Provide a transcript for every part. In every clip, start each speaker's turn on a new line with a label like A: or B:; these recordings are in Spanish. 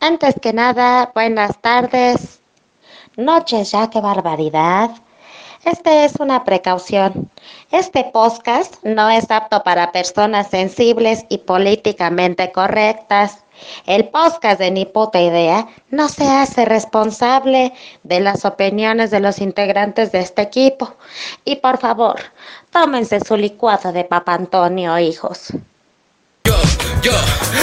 A: Antes que nada, buenas tardes, noches ya, qué barbaridad. Este es una precaución. Este podcast no es apto para personas sensibles y políticamente correctas. El podcast de Ni Puta Idea no se hace responsable de las opiniones de los integrantes de este equipo. Y por favor, tómense su licuado de Papa Antonio, hijos.
B: Yo, yo,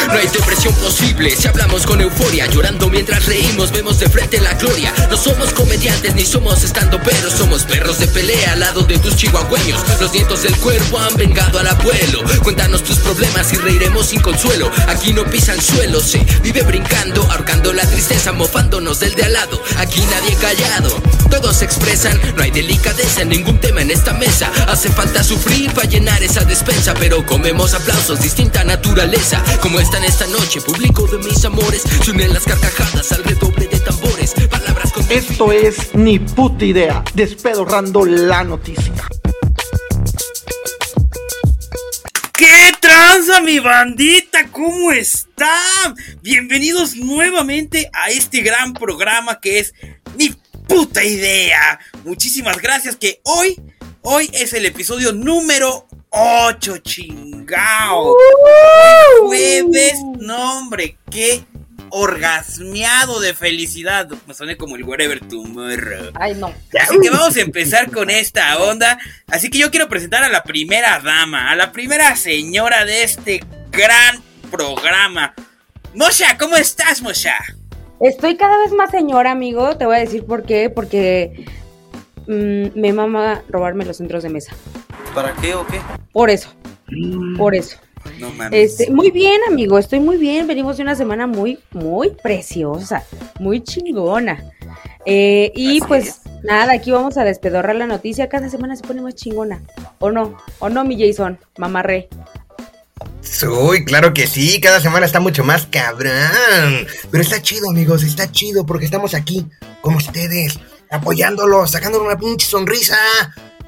B: no hay depresión posible si hablamos con euforia, llorando mientras reímos, vemos de frente la gloria. No somos comediantes ni somos estando perros, somos perros de pelea al lado de tus chihuahueños. Los nietos del cuerpo han vengado al abuelo. Cuéntanos tus problemas y reiremos sin consuelo. Aquí no pisan suelo, se vive brincando, ahorcando la tristeza, mofándonos del de al lado. Aquí nadie callado, todos se expresan, no hay delicadeza en ningún tema en esta mesa. Hace falta sufrir para llenar esa despensa, pero comemos aplausos, distinta naturaleza. Como están esta noche, público de mis amores, se unen las carcajadas al redoble de tambores. Palabras con
C: Esto es Ni puta idea, despedorrando la noticia.
D: ¿Qué tranza, mi bandita? ¿Cómo están? Bienvenidos nuevamente a este gran programa que es Mi puta idea. Muchísimas gracias que hoy, hoy es el episodio número 8, chingao. Jueves, no hombre, qué orgasmeado de felicidad. Me soné como el wherever tomorrow.
E: Ay, no.
D: Así que vamos a empezar con esta onda. Así que yo quiero presentar a la primera dama, a la primera señora de este gran programa. Mosha, ¿cómo estás, Mosha?
E: Estoy cada vez más señora, amigo. Te voy a decir por qué. Porque mm, me mama robarme los centros de mesa.
D: ¿Para qué o qué?
E: Por eso. Por eso.
D: No Mm. mames.
E: Este, muy bien, amigo. Estoy muy bien. Venimos de una semana muy, muy preciosa. Muy chingona. Eh, y
D: Así
E: pues nada, aquí vamos a despedorrar la noticia. Cada semana se pone más chingona. ¿O no? ¿O no, mi Jason? Mamarré.
F: Uy, claro que sí, cada semana está mucho más cabrón. Pero está chido, amigos, está chido porque estamos aquí con ustedes, apoyándolos, sacándole una pinche sonrisa.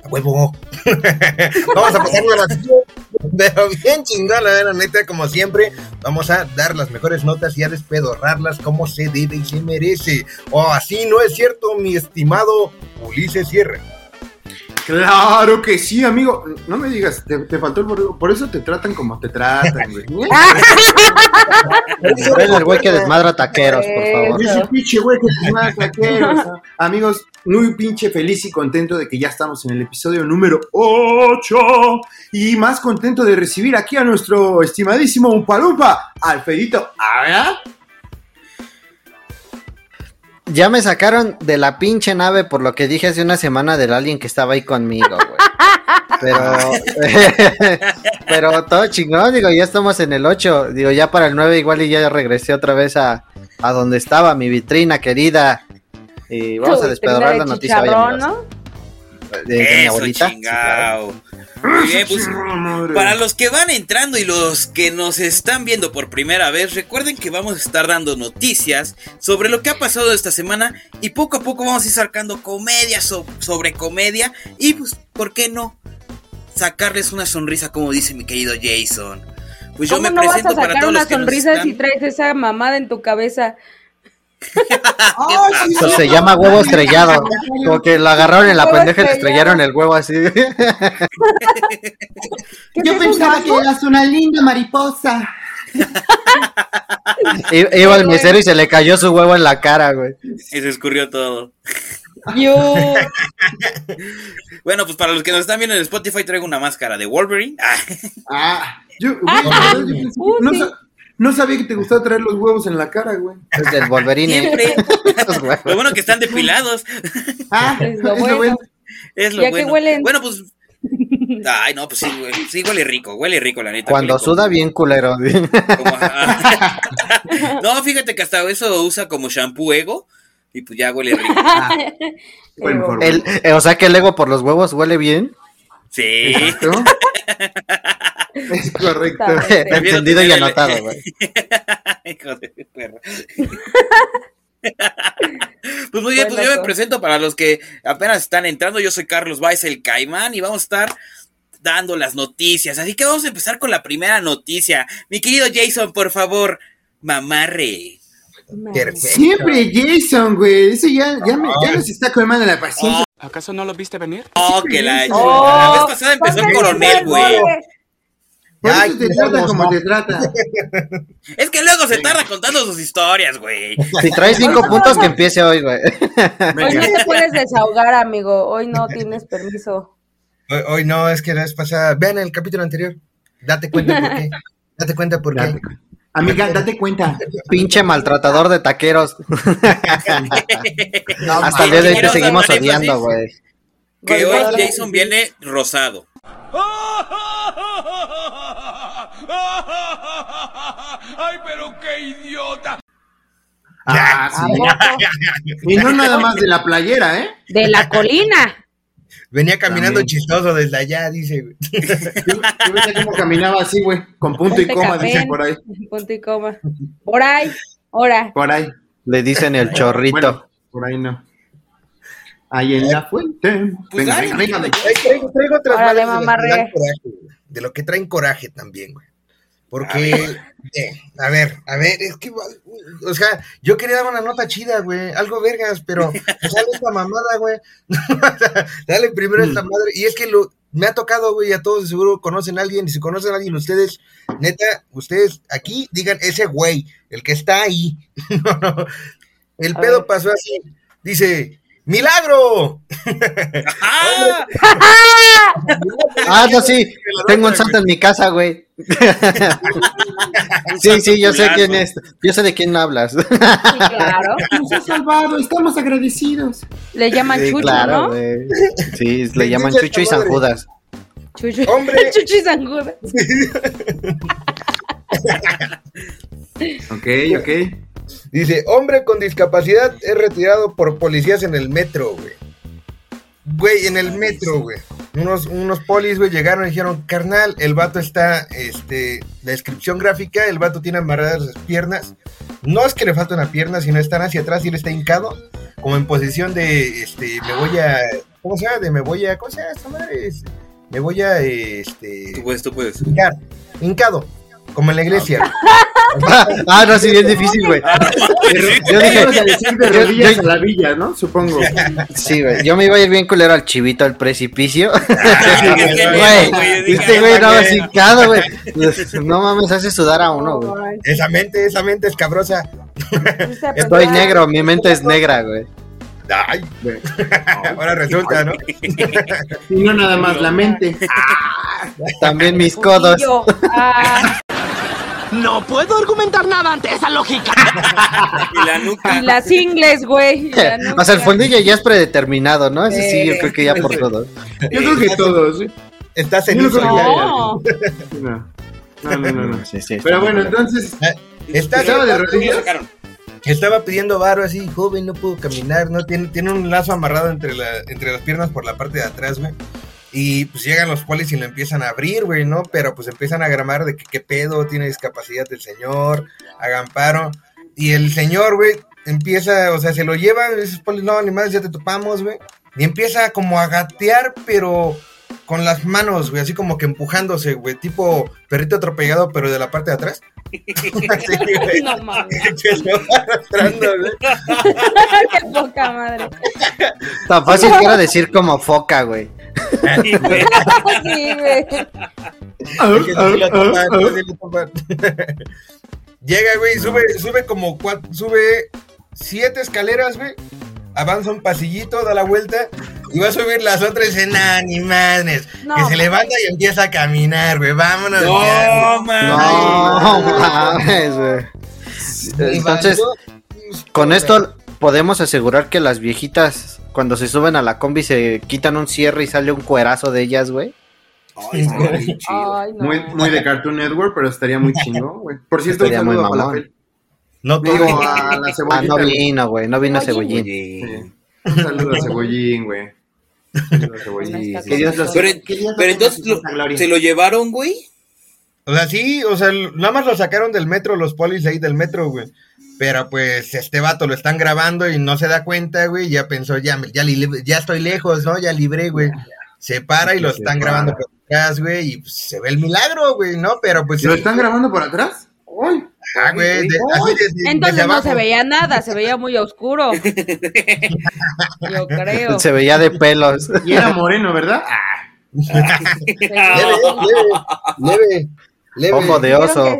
F: A huevo. Vamos a pasarnos Pero bien chingón, la verdad, neta, como siempre, vamos a dar las mejores notas y a despedorrarlas como se debe y se merece. O así no es cierto, mi estimado Ulises Sierra.
G: Claro que sí, amigo. No me digas, te, te faltó el borrego. Por eso te tratan como te tratan, güey.
H: Eres el güey que desmadra taqueros, por favor.
E: Pues,
G: Ese pinche güey que te mata, ¿qué? O sea, Amigos, muy pinche feliz y contento de que ya estamos en el episodio número 8. Y más contento de recibir aquí a nuestro estimadísimo Umpalupa, Alfredito. ¿Ah?
H: Ya me sacaron de la pinche nave por lo que dije hace una semana del alguien que estaba ahí conmigo, güey. Pero, pero todo chingón, digo, ya estamos en el 8, digo, ya para el 9 igual y ya regresé otra vez a, a donde estaba, mi vitrina querida. Y vamos a
E: Tu
H: despedorrar
E: vitrina
H: la
E: de
H: noticia hoy,
E: chicharrón,
H: amigos.
E: ¿no?
H: De, de mi
D: Eso,
H: abuelita. sí, claro.
D: chingao. Muy bien, pues, para los que van entrando y los que nos están viendo por primera vez, recuerden que vamos a estar dando noticias sobre lo que ha pasado esta semana y poco a poco vamos a ir sacando comedia so- sobre comedia y pues, ¿por qué no? Sacarles una sonrisa como dice mi querido Jason. Pues yo
E: ¿Cómo
D: me
E: no vas
D: presento
E: a
D: para
E: sacar
D: todos
E: una
D: los que nos
E: sonrisa
D: están-
E: si traes esa mamada en tu cabeza? ¡Oh,
D: Ah,
G: Ay,
H: Eso se llama huevo estrellado. Como que lo agarraron en la
E: Huevo
H: pendeja y le
E: estrellado.
H: estrellaron el huevo así.
E: ¿Qué
G: Yo
E: es eso,
G: pensaba que
E: gato?
G: eras una linda mariposa.
H: I- Iba el mesero y se le cayó su huevo en la cara, güey.
D: Y se escurrió todo.
E: Yo.
D: Bueno, pues para los que nos están viendo en Spotify traigo una máscara de Wolverine. Ah,
G: Ah, yo, güey,
E: Ah,
G: yo pensé que-
E: uh,
G: no,
E: sí.
G: sa- no sabía que te gustaba traer los huevos en la cara, güey.
H: Es del Wolverine.
D: siempre.
H: Esos huevos.
D: Lo bueno que están depilados.
G: Ah,
E: Es lo
G: es lo
E: bueno.
D: Es lo
E: ¿Y a qué
D: bueno.
E: huelen?
D: Bueno, pues. Ay, no, pues sí, güey. Sí, huele rico, huele rico, la neta.
H: Cuando
D: rico.
H: suda bien culero.
D: Como- ajá. no, fíjate que hasta eso usa como shampoo ego. Y pues ya huele rico.
G: Fue mejor, güey.
H: El- eh, o sea que el ego por los huevos huele bien.
D: Sí.
G: ¿No? Es correcto.
E: Está
D: bien.
H: Entendido y
D: Prefiero tener
H: anotado,
D: el-
H: güey.
D: Hijo de perro. Pues muy bien, pues
E: Buen
D: yo me
E: dato.
D: presento para los que apenas están entrando. Yo soy Carlos Baez, el Caimán, y vamos a estar dando las noticias. Así que vamos a empezar con la primera noticia. Mi querido Jason, por favor, mamarre.
F: Perfecto.
G: Siempre Jason, güey. Eso ya, ya, me, ya nos está colmando la paciencia.
I: ¿Acaso no lo viste venir?
D: Oh, que la
E: Oh,
D: La vez pasada empezó en
E: ponte
D: coronel,
E: el
D: güey.
E: borde.
G: Por
F: Ay,
G: eso te
F: qué
G: trata
F: hermoso.
G: como te trata.
D: Es que luego se tarda contando sus historias, güey.
H: Si traes cinco puntos, que empiece hoy, güey.
E: Hoy no
G: Venga.
E: te puedes desahogar, amigo. Hoy no tienes permiso.
F: Hoy, hoy no, es que la vez pasada. Vean el capítulo anterior. Date cuenta por qué. Date cuenta por qué.
G: Date cu- Amiga, date cuenta.
H: Pinche maltratador de taqueros. Hasta el día de hoy te
D: Taqueros,
H: seguimos
D: Adán,
H: odiando,
D: énfasis.
H: güey.
D: Que hoy
E: Golpeadora.
D: Jason viene rosado.
I: ¡Ay, pero qué idiota!
G: Ah, sí. Y no nada más de la playera, ¿eh?
E: De la colina.
F: Venía caminando
G: También.
F: chistoso desde allá, dice. güey.
G: Yo veía cómo caminaba así, güey. Con punto y
E: Ponte
G: coma,
E: café.
G: dicen por ahí.
E: Punto y coma. Por ahí. Ahora.
G: Por ahí.
H: Le dicen el chorrito.
G: Bueno, por ahí no. Ahí en la fuente.
D: Pues
G: venga,
D: dale,
G: venga, venga, venga.
F: Ay, Traigo, traigo otras
E: Órale,
F: madres de las
E: mamarre.
F: que dan coraje, güey. de lo que traen coraje también, güey. Porque, eh, a ver, a ver, es que, o sea, yo quería dar una nota chida, güey, algo vergas, pero me sale esta mamada, güey. O sea, Dale primero esta madre. Y es que lo, me ha tocado, güey, a todos de seguro conocen a alguien, y si conocen a alguien ustedes, neta, ustedes aquí digan ese güey, el que está ahí. No, no. El
E: A
F: pedo
E: ver.
F: pasó así. Dice, milagro.
D: ¡Ah!
H: Ah, no, sí. Tengo un santo en mi casa, güey. Sí, sí, yo sé quién es. Yo sé de quién hablas.
E: Sí, claro.
G: Nos ha salvado, estamos agradecidos.
E: Le llaman
H: Sí,
E: Chucho,
H: claro,
E: ¿no?
H: güey. Sí, le llaman Chucho y San Judas.
E: Chucho.
F: Hombre.
E: Chucho y San Judas.
G: Ok, ok.
F: Dice, hombre con discapacidad es retirado por policías en el metro, güey. Güey, en el metro, güey. Unos, unos polis, güey, llegaron y dijeron, carnal, el vato está, este, la descripción gráfica, el vato tiene amarradas las piernas. No es que le falta una pierna, sino están hacia atrás y él está hincado, como en posición de, este, me voy a, ¿cómo se llama? De me voy a, ¿cómo se llama esta madre? Es- Me voy a, este,
D: Tú puedes, tú puedes.
F: hincar, hincado, como en la iglesia.
H: Ah, no, sí, bien difícil, güey. Yo dije,
G: Vamos a decir de
H: yo-
G: rodillas
H: yo-
G: a la villa, ¿no? Supongo.
H: sí, güey. Yo me iba a ir bien culero al chivito al precipicio.
D: Ah, qué miedo,
H: Güey,
D: güey, dije,
H: este güey no
F: "Ah,
H: es hincado, güey. Pues, No mames, hace sudar a uno, güey.
E: Ay,
F: Esa mente, esa mente escabrosa.
E: fuiste a
H: Estoy
E: pensar.
H: negro, mi mente es negra, güey.
F: Ay, ahora resulta, ¿no?
G: Y no nada más la mente.
H: También mis codos.
E: Cuchillo. Ah,
I: No puedo argumentar nada ante esa lógica.
D: Y la nuca.
E: y las ingles, güey. y la
H: O sea,
E: nuca.
H: el fondillo ya es predeterminado, ¿no? Ese sí, yo
E: Sí.
H: creo que ya por todo.
G: Yo creo que todos. ¿eh?
F: Estás
G: Yo
F: en
G: creo que
E: No.
G: No. No, no, no, no.
H: Sí, sí, está
G: Pero
H: muy
G: bueno,
H: culero.
G: entonces.
F: Está-
G: ¿Estaba de
D: ¿Cómo lo
G: rodillas?
D: sacaron?
F: Estaba pidiendo varo así, joven, no puedo caminar, no tiene, tiene un lazo amarrado entre, la, entre las piernas por la parte de atrás, güey. Y pues llegan los polis y lo empiezan a abrir, güey, ¿no? Pero pues empiezan a gramar de que qué pedo, tiene discapacidad el señor, hagan paro. Y el señor, güey, empieza, o sea, se lo lleva, esos polis, no, ni más, ya te topamos, güey. Y empieza como a gatear, pero con las manos, güey, así como que empujándose, güey, tipo perrito atropellado, pero de la parte de atrás. Así, güey.
E: No mames.
F: Empezó arrastrando, güey.
E: Qué poca madre.
H: Tan fácil que era decir como foca, güey.
E: Sí, güey.
I: Ah,
F: Porque sí la toman, sí la toman. Llega, güey, sube, sube como cuatro, sube siete escaleras, güey. Avanza un pasillito, da la vuelta y va a subir las otras y dice, "Nah, ni madres.
E: No,
F: que se
E: mames.
F: levanta y empieza a caminar, güey. Vámonos. ya,
D: No, man.
H: No, mames, güey.
F: güey". Y
H: Entonces,
F: valió-
H: Con esto podemos asegurar que las viejitas, cuando se suben a la combi, se quitan un cierre y sale un cuerazo de ellas, güey.
F: Ay, güey.
E: Ay, no.
G: Muy, muy de Cartoon Network, pero estaría muy chingón, güey. Por cierto, un
H: Estaría muy
G: saludo a
H: mamón.
G: Falafel.
F: No
G: Digo,
F: todo.
G: a la
H: Ah,
G: cebollita.
H: no
G: güey.
H: vino, güey. No vino cebollín.
G: Sí. Un saludo a Cebollín, güey. Un saludo a Cebollín.
E: No está
G: pues, Que Dios los-
D: Pero,
G: que Dios
D: pero
G: los tenga en
D: entonces
G: su
D: lo-
G: santa gloria.
D: se lo llevaron, güey.
F: O sea, sí, o sea, l- nada más lo sacaron del metro, los polis ahí del metro, güey. Pero pues este vato lo están grabando y no se da cuenta, güey. Ya pensó, ya, me- ya, li- ya estoy lejos, ¿no? Ya libré, güey. Se para y lo están grabando por atrás, güey. Y pues, se ve el milagro, güey, ¿no? Pero pues.
G: ¿Lo
F: sí.
G: están grabando por atrás? ¡Uy!
F: Ah, güey, de- así desde- desde
E: Entonces no
F: abajo.
E: se veía nada, se veía muy oscuro. Yo creo.
H: Se veía de pelos.
G: Y era moreno, ¿verdad? Ah,
F: Leve, leve, leve, leve.
H: Ojo de oso.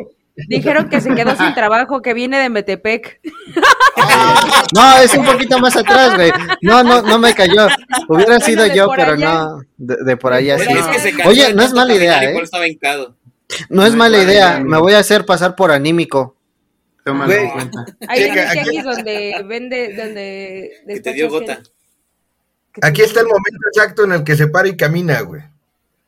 E: Dijeron que, dijeron que se quedó sin trabajo, que viene de Metepec.
H: No, es un poquito más atrás, güey. No, no, no me cayó. Hubiera
E: Bueno,
H: sido
E: de
H: yo,
E: por
H: pero
E: allá.
H: no. De, de por allá sí.
D: Bueno, es que se cansó de
H: Oye, no es
D: tanto
H: mala idea,
D: caminar y
H: ¿eh?
D: por eso estaba hincado.
H: No es
G: No es
H: mala
G: mala
H: idea.
G: idea.
H: Me voy a hacer pasar por anímico.
G: tómalo en
F: Güey.
G: cuenta.
E: Ahí en
F: Checa,
E: el
F: aquí-
E: tianguis donde vende, donde
D: Que te dio
E: despachas
D: gota.
E: gente.
F: Aquí está el momento exacto en el que se para y camina, güey.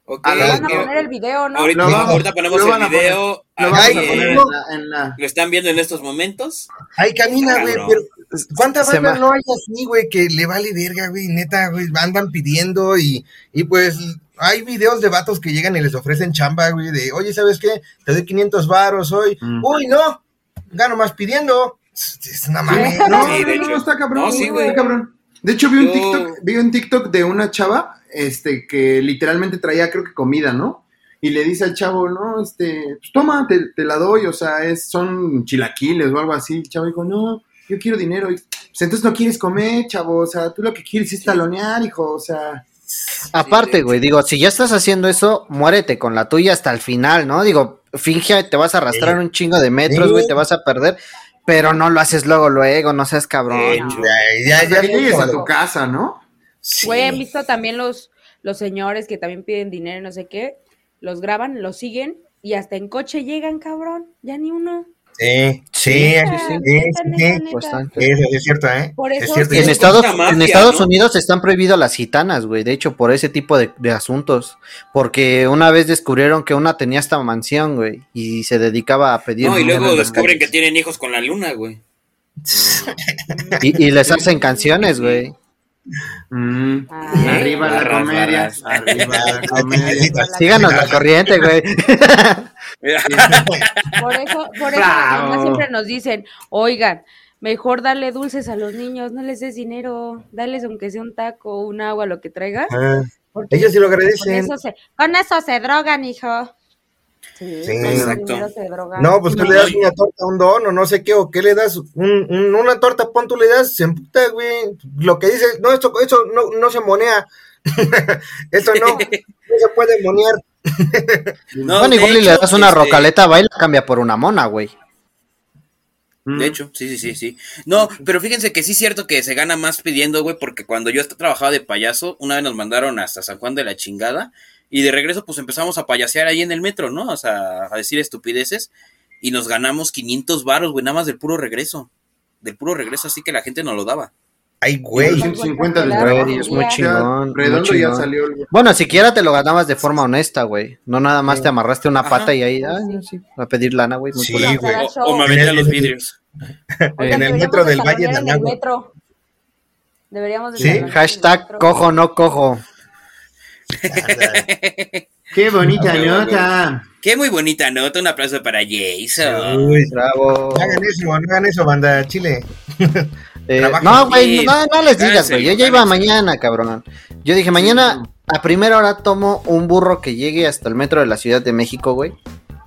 D: Ok,
G: Ah,
E: Te Van a
D: eh,
E: poner el video, ¿no?
D: ahorita,
G: Lo vamos-
D: ahorita ponemos
G: lo van a
D: el video.
G: Lo
D: aquí,
G: vamos a
F: Ay,
G: poner en
D: eh,
F: no.
G: la- en la-
D: Lo están viendo en estos momentos.
F: Ahí camina, güey,
D: Cabrón.
F: pero ¿cuántas
H: Se
F: bandas
H: ma-
F: no hay así, güey, que le vale verga, güey? Neta, güey, andan pidiendo y, y pues hay videos de vatos que llegan y les ofrecen chamba, güey, de, oye, ¿sabes qué? Te doy 500 varos hoy.
G: Mm.
F: Uy, no, gano más pidiendo. Es una mami.
G: No, no,
D: Sí, de
G: no,
D: hecho.
G: está cabrón,
D: No, sí,
G: está
D: güey.
G: cabrón. De hecho, vi un
D: Yo-
G: TikTok, vi un TikTok de una chava, este, que literalmente traía, creo que comida, ¿no? Y le dice al chavo, no, este, pues toma, te, te la doy, o sea, es, son chilaquiles o algo así. El chavo dijo, no, yo quiero dinero. Y, pues entonces no quieres comer, chavo, o sea, tú lo que quieres es talonear, hijo, o sea.
H: Aparte,
D: hecho.
H: güey, digo, si ya estás haciendo eso, muérete con la tuya hasta el final, ¿no? Digo, finge, te vas a arrastrar
F: Sí.
H: un chingo de metros,
F: Sí.
H: güey, te vas a perder, pero no lo haces luego, luego, no seas
D: De
H: cabrón.
D: hecho.
F: Ya,
G: hasta
F: ya,
G: que llegues a tu
F: ya.
G: casa, ¿no?
F: Sí.
E: Güey, han visto también los, los señores que también piden dinero, no sé qué. Los graban, los siguen y hasta en coche llegan, cabrón. Ya ni uno.
F: Sí, sí,
E: Neta,
F: sí,
E: neta,
F: sí, Pues
E: neta,
F: sí.
E: neta.
H: Bastante.
F: Eso sí es cierto, ¿eh?
E: Por
F: Es
E: eso-
F: cierto.
H: En
D: Es
H: Estados,
D: como una
H: en
D: mafia,
H: Estados
D: ¿no?
H: Unidos están prohibidas las gitanas, güey, de hecho, por ese tipo de, de asuntos, porque una vez descubrieron que una tenía esta mansión, güey, y se dedicaba a pedir...
D: No, y
H: dinero
D: luego
H: en las
D: descubren que
H: calles.
D: tienen hijos con la luna, güey.
H: Y, y les hacen canciones, güey.
G: Mm.
E: Ah.
G: Arriba la
D: Barras,
G: comedia,
D: barras.
G: arriba la comedia.
H: Síganos la corriente, güey.
E: Por eso, por eso las
G: Bravo.
E: mamás siempre nos dicen, oigan, mejor dale dulces a los niños, no les des dinero, dales aunque sea un taco, un agua, lo que traigas.
F: Ah,
E: porque
F: Ellos sí lo
E: con
F: agradecen.
E: eso se, con eso se drogan, hijo. Sí, con ese
D: exacto.
E: dinero se drogan.
F: No, pues tú
D: No,
F: le das
D: y-
F: una torta, un don o no sé qué, o qué le das, un, un- una torta, pon tú le das, se emputa, güey. Lo que dices, no, esto, eso no, no se monea. esto no, no se puede monear.
D: No,
H: bueno,
D: de
H: igual y le
D: hecho,
H: das una
D: este,
H: rocaleta, va y la cambia por una mona, güey.
G: Mm.
D: De hecho, sí, sí, sí, sí. No, pero fíjense que sí es cierto que se gana más pidiendo, güey, porque cuando yo hasta trabajaba de payaso, una vez nos mandaron hasta San Juan de la chingada y de regreso pues empezamos a payasear ahí en el metro, ¿no? O sea, a decir estupideces y nos ganamos 500 varos, güey, nada más del puro regreso. Del puro regreso, así que la gente nos lo daba.
F: Ay,
G: Güey,
F: güey.
G: 150 del
E: Güey,
G: trabajo.
E: es muy
G: Ya,
H: chingón, muy
G: Redondo ya
H: chingón.
G: salió el güey.
H: Bueno, siquiera te lo ganabas de forma honesta, güey. No nada más te amarraste una
D: Ajá.
H: pata y ahí, ay, sí, a pedir lana, güey. muy
F: Sí,
H: culero.
F: güey.
E: Era
D: O,
E: show.
D: o me vendían los vidrios.
E: Oigan,
F: en el
E: deberíamos
F: metro
E: de
F: del Valle
E: talonear
F: de
E: en el
F: Anahuac.
E: metro. Deberíamos de
F: Sí,
E: talonear en el
H: Hashtag
E: metro.
H: cojo, no cojo.
G: Qué bonita
D: Güey,
G: nota.
D: Qué muy bonita nota, un aplauso para Jason.
F: Uy,
H: Bravo.
F: no hagan eso, no hagan eso, banda Chile.
H: Eh,
F: trabajen
H: no, güey,
D: bien.
H: no, no les digas,
D: Cállense,
H: güey. Yo ya iba
D: cállense.
H: mañana, cabrón. Yo dije, mañana a primera hora tomo un burro que llegue hasta el metro de la Ciudad de México, güey.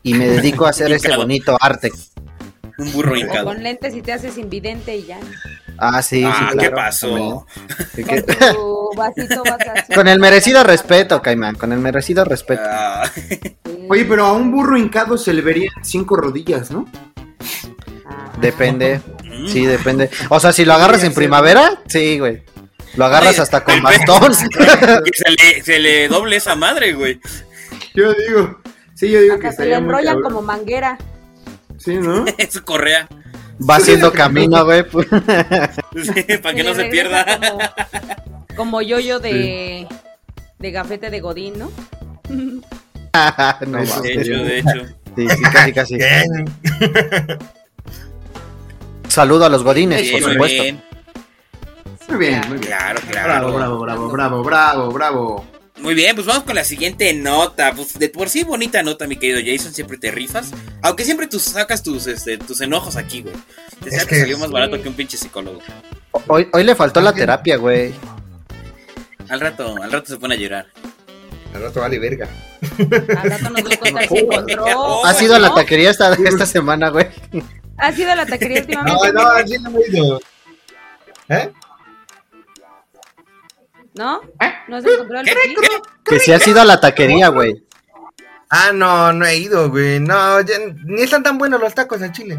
H: Y me dedico a hacer ese
D: Hincado.
H: bonito arte.
D: Un burro
E: O
D: hincado.
E: con lentes y te haces invidente y ya.
H: Ah, sí, sí,
D: Ah, ¿qué
H: claro, también.
D: pasó?
H: Así que-
E: Con tu vasito vas a-
H: Con el merecido respeto, Caimán, con el merecido respeto.
D: Ah,
G: Oye, pero a un burro hincado se le verían cinco rodillas, ¿no?
H: Depende,
D: mm.
H: sí, depende. O sea, si lo agarras en primavera, sí, güey. Lo agarras
D: Oye,
H: hasta con
D: el-
H: bastón.
D: Que se le, se le doble esa madre, güey.
G: Yo digo. Sí, yo digo que
E: Hasta se le
G: estaría muy
E: enrollan
G: cabrón.
E: como manguera.
G: Sí, ¿no?
D: Su correa.
H: Va haciendo camino, güey.
D: Sí, para que no
E: le
D: se
E: regresa
D: pierda.
E: Como, como yoyo de, de gafete de Godín, ¿no?
H: Ah, No,
G: Eso
D: De
H: mames.
D: hecho, de hecho.
H: Sí, sí, casi, casi.
F: Bien.
H: Saludo a los godines, por
D: muy
H: supuesto.
D: bien.
G: Muy bien, muy bien.
D: Claro,
G: Bravo,
D: claro.
G: bravo, bravo, bravo, bravo, bravo.
D: Muy bien, pues vamos con la siguiente nota. Pues de por sí bonita nota, mi querido Jason, siempre te rifas. Aunque siempre tú sacas tus, este, tus enojos aquí, güey. Te
F: Es
D: sale-
F: que-
D: salió más barato
E: Sí.
D: que un pinche psicólogo.
H: Hoy, hoy le faltó la terapia, güey.
D: Al rato, al rato se pone a llorar.
F: Al rato vale verga.
E: Al rato nos va a contar si
D: Oh,
E: encontró.
H: ¿Has ido a la
E: ¿no?
H: taquería esta, esta semana, güey?
E: ¿Has ido a la taquería
F: No,
E: últimamente?
F: no, así no me he ido. ¿Eh?
E: ¿No? ¿No has encontrado el taquí?
H: Que si has ido a la taquería, güey.
F: Ah, no, no he ido, güey. No, ya ni están tan buenos los tacos en Chile.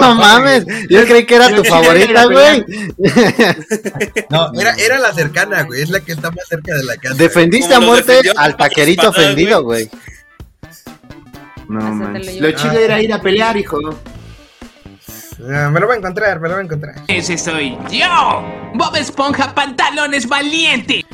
H: No mames, yo creí que era tu favorita, güey.
F: No, era, era la cercana, güey. Es la que está más cerca de la casa.
H: Defendiste a
D: Como lo
H: muerte
D: defendió
H: al taquerito
D: Espadas,
H: ofendido, güey.
G: No
E: Hasta te
G: manches.
E: lo llevo.
G: Lo chido era ir a pelear, hijo.
F: Ah, me lo va a encontrar, me lo va a encontrar.
I: Ese soy yo. Bob Esponja Pantalones Valiente.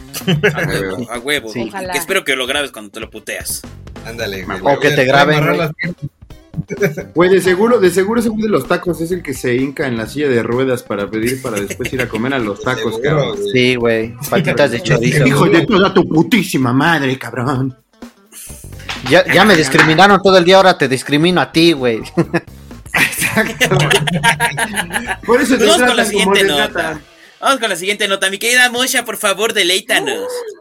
D: A huevo, a huevo.
H: Sí.
E: Ojalá.
D: Que espero que lo grabes cuando te lo puteas.
F: Ándale, güey.
H: O que te
F: Voy a
H: graben,
F: amarrar
H: güey.
F: las piernas.
G: Güey, de seguro, de seguro ese güey de los tacos es el que se hinca en la silla de ruedas para pedir para después ir a comer a los tacos,
F: Seguro,
G: cabrón.
F: güey.
H: Sí, güey. Patitas de chorizo.
G: Hijo de toda tu putísima madre, cabrón.
H: Ya, ya me discriminaron todo el día, ahora te discrimino a ti, güey.
G: Por eso te
D: Vamos con la
G: tratan como
D: siguiente
G: les
D: nota.
G: tratan.
D: Vamos con la siguiente nota. Mi querida Mosha, por favor, deleítanos.
E: Uh,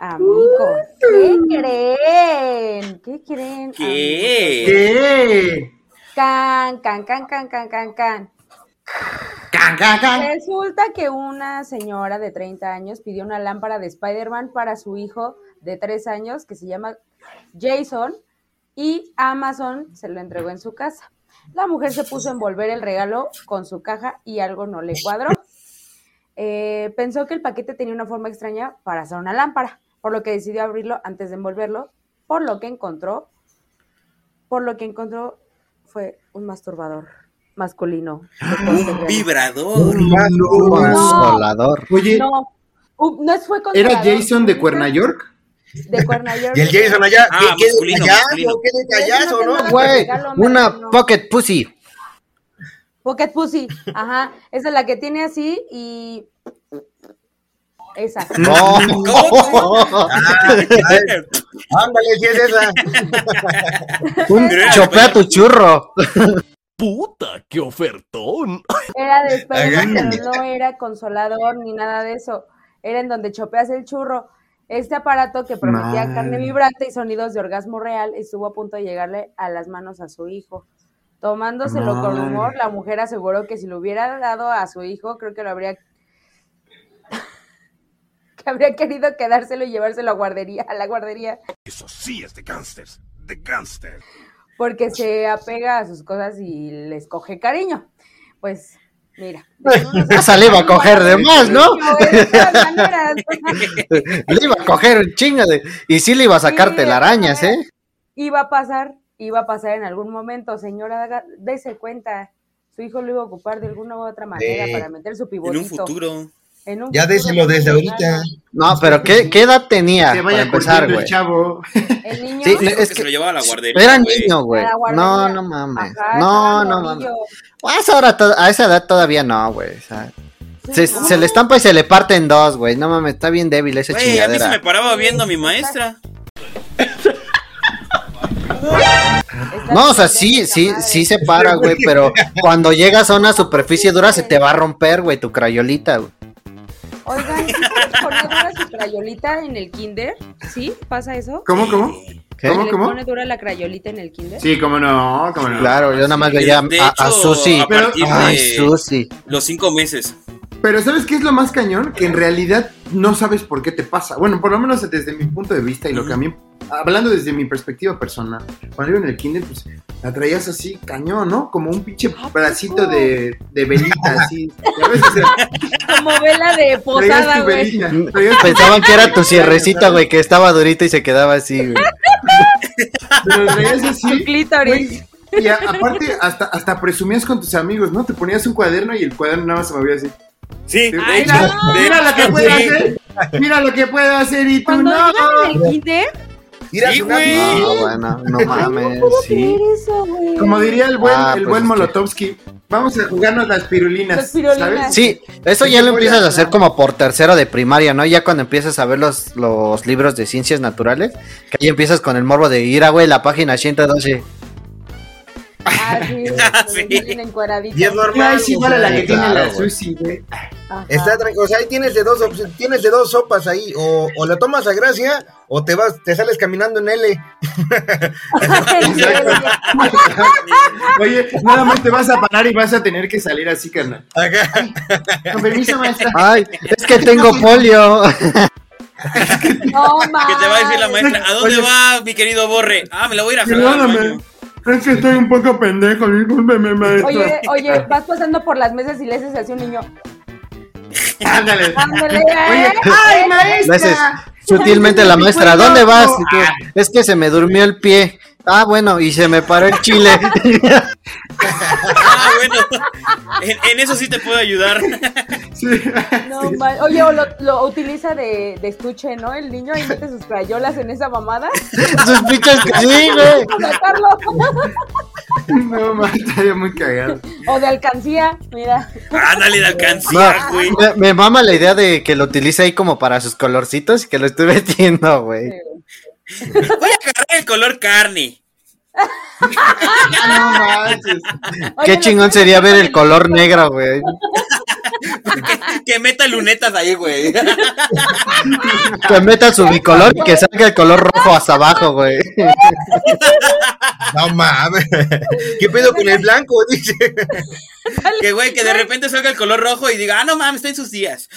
E: Amigo. ¿Qué creen? ¿Qué creen?
D: ¿Qué?
G: ¿Qué?
E: Can, can, can, can, can, can, can.
G: Can, can, can.
E: Resulta que una señora de 30 años pidió una lámpara de Spider-Man para su hijo de 3 años que se llama Jason y Amazon se lo entregó en su casa. La mujer se puso a envolver el regalo con su caja y algo no le cuadró. Eh, pensó que el paquete tenía una forma extraña para hacer una lámpara, por lo que decidió abrirlo antes de envolverlo, por lo que encontró, por lo que encontró fue un masturbador masculino.
D: Un vibrador.
G: Un
H: Un
G: mano.
H: Consolador.
G: Oye,
E: No, uh, no fue
G: ¿era
E: controlador.
G: Jason de Cuerna York?
E: De Cuerna York.
F: Y el Jason allá,
D: Ah,
F: ¿qué quede
D: masculino,
F: callado?
D: masculino.
F: ¿Qué
E: Pero eso
F: callazo,
E: no
F: no? Ah,
E: tiene
H: Güey, una pocket pussy.
E: Pocket Pussy. Ajá. Esa es la que tiene así y. Esa.
H: No.
F: Ándale, si es esa.
H: Un chopea tu churro.
I: Puta, qué ofertón.
E: Era de Spider-Man,
F: Agárrale.
E: pero no era consolador ni nada de eso. Era en donde chopeas el churro. Este aparato que prometía
G: Madre.
E: carne vibrante y sonidos de orgasmo real estuvo a punto de llegarle a las manos a su hijo. Tomándoselo con
G: Madre.
E: humor, la mujer aseguró que si lo hubiera dado a su hijo, creo que lo habría que habría querido quedárselo y llevárselo a guardería, a la guardería,
I: Eso sí es de gangsters. De gangsters.
E: porque se apega a sus cosas y les coge cariño. Pues mira.
H: Esa le iba a coger de más, ¿no?
E: de todas maneras.
H: Le iba a coger un chingo de. Y sí le iba a sacar
E: Sí,
H: telarañas,
E: de
H: ¿eh?
E: todas Iba a pasar, iba a pasar en algún momento, señora, haga- dese cuenta. Su hijo lo iba a ocupar de alguna u otra manera
F: Sí.
E: para meter su
D: En
E: pivotito.
D: un futuro.
E: En un
F: Ya
E: futuro
F: déselo desde ahorita.
E: profesional.
H: No, pero ¿qué, qué edad tenía
G: Que
H: para
G: vaya cortando
H: empezar,
G: el
H: güey?
G: chavo.
E: El niño.
H: Sí,
D: Dijo
H: es
D: que
H: que
D: se lo llevaba a la guardería.
H: Era
D: güey.
H: niño, güey.
E: a la guardería.
H: No, no mames.
E: Ajá,
H: No,
E: estaba
H: no mames.
E: morrillo.
H: A esa, hora to- a esa edad todavía no, güey. o sea, se,
E: Sí,
H: se le estampa y se le parte en dos, güey. No mames, está bien débil esa
D: Güey, a mí se
H: chingadera.
D: me paraba viendo a mi maestra.
E: está
H: No, o sea,
E: bien,
H: sí,
E: esa
H: sí,
E: madre.
H: sí se para, güey, pero cuando llegas a una superficie dura se te va a romper, güey, tu crayolita, güey.
E: Oigan, ¿sí puedes poner dura su crayolita en el kinder? ¿Sí? ¿Pasa eso?
G: ¿Cómo, cómo?
H: ¿Qué?
G: ¿Cómo,
E: ¿Les
G: cómo?
E: pone dura la crayolita en el kinder?
G: Sí, cómo no, cómo no.
H: Claro, yo nada más
D: Sí,
H: veía
D: de
H: a, a
D: hecho,
H: Susi.
D: a partir
H: Ay,
D: de-
H: Susi.
D: Los cinco meses.
G: Pero ¿sabes qué es lo más cañón? Que en realidad no sabes por qué te pasa. Bueno, por lo menos desde mi punto de vista y lo que a mí, hablando desde mi perspectiva personal, cuando iba en el kinder, pues la traías así cañón, ¿no? Como un pinche
E: Ah,
G: bracito de, de velita, así. Y a veces
E: Como vela de posada,
G: traías tu
E: güey.
G: velita. traías tu-
H: Pensaban que era tu cierrecita, güey, que estaba durita y se quedaba así, güey.
G: pero traías así.
E: Su clítoris.
G: güey, Y a- aparte, hasta, hasta presumías con tus amigos, ¿no? Te ponías un cuaderno y el cuaderno nada más se movía así.
D: Sí, de
E: Ay,
D: hecho.
E: no.
D: de
G: Mira lo que
D: hecho,
G: puedo
D: sí.
G: hacer. Mira lo que puedo hacer y tú
E: Cuando
G: no.
E: iban en el kinder,
F: Mira,
D: Sí,
F: su-
D: güey.
H: No, bueno, no mames, sí.
E: ¿qué era eso, güey?
G: Como diría el buen,
H: Ah,
G: el
H: pues
G: buen
H: es que-
G: Molotovsky, vamos a jugarnos las pirulinas.
E: Las pirulinas.
G: ¿sabes?
H: Sí, eso ya lo empiezas a hacer como por tercero de primaria, ¿no? Ya cuando empiezas a ver los, los libros de ciencias naturales, que ahí empiezas con el morbo de ir a, güey, la página 112.
E: Ah, sí.
D: Ah,
E: cuando
D: sí.
E: Ah, vienen encueraditos.
F: Y es normal.
G: No es igual a la que
H: Sí,
G: tiene
H: claro,
G: la
H: güey.
G: Susi, güey.
E: Ajá.
F: Está tranquilo, o sea, ahí tienes de dos, op- tienes de dos sopas ahí, o, o la tomas a gracia, o te vas, te sales caminando en L.
G: Oye, nada más te vas a parar y vas a tener que salir así, carnal.
F: Acá.
G: Con permiso, maestra.
H: Ay, es que tengo polio.
E: No,
D: Que te va a decir la
E: mames.
D: maestra, ¿a dónde
G: Oye.
D: va mi querido Borre? Ah, me la voy a ir a fregar al
G: Perdóname.
D: baño.
G: Es que estoy un poco pendejo, discúlpeme, maestra.
E: Oye, oye, vas pasando por las mesas y le haces así a un niño.
G: ándale.
E: Ándale,
G: Oye,
E: ¿eh?
G: ay,
H: Le haces
G: maestra.
H: sutilmente la maestra,
G: Bueno,
H: ¿dónde vas?
G: no.
H: Y que, es que se me durmió el pie. Ah, bueno, y se me paró el chile.
D: Ah, bueno. En, en eso sí te puedo ayudar.
G: Sí.
E: No, ma- Oye, o lo, lo utiliza de, de estuche, ¿no? El niño ahí mete sus crayolas en esa mamada.
H: Sus pinches sí, güey.
E: Para sacarlo.
G: No, maestra, estaría muy cagado.
E: O de alcancía, mira.
D: Ándale de
H: No,
D: alcancía, güey.
H: me, me mama la idea de que lo utilice ahí como para sus colorcitos y que lo esté metiendo, güey.
D: Voy a agarrar el color carne.
G: No manches.
H: Qué chingón sería ver el color negro, güey.
D: Que, que meta lunetas ahí, güey.
H: Que meta su bicolor y que salga el color rojo hasta abajo, güey.
F: No mames. ¿Qué pedo con el blanco? Dice.
D: Que, güey, que de repente salga el color rojo y diga, ah, no mames, estoy en sus días.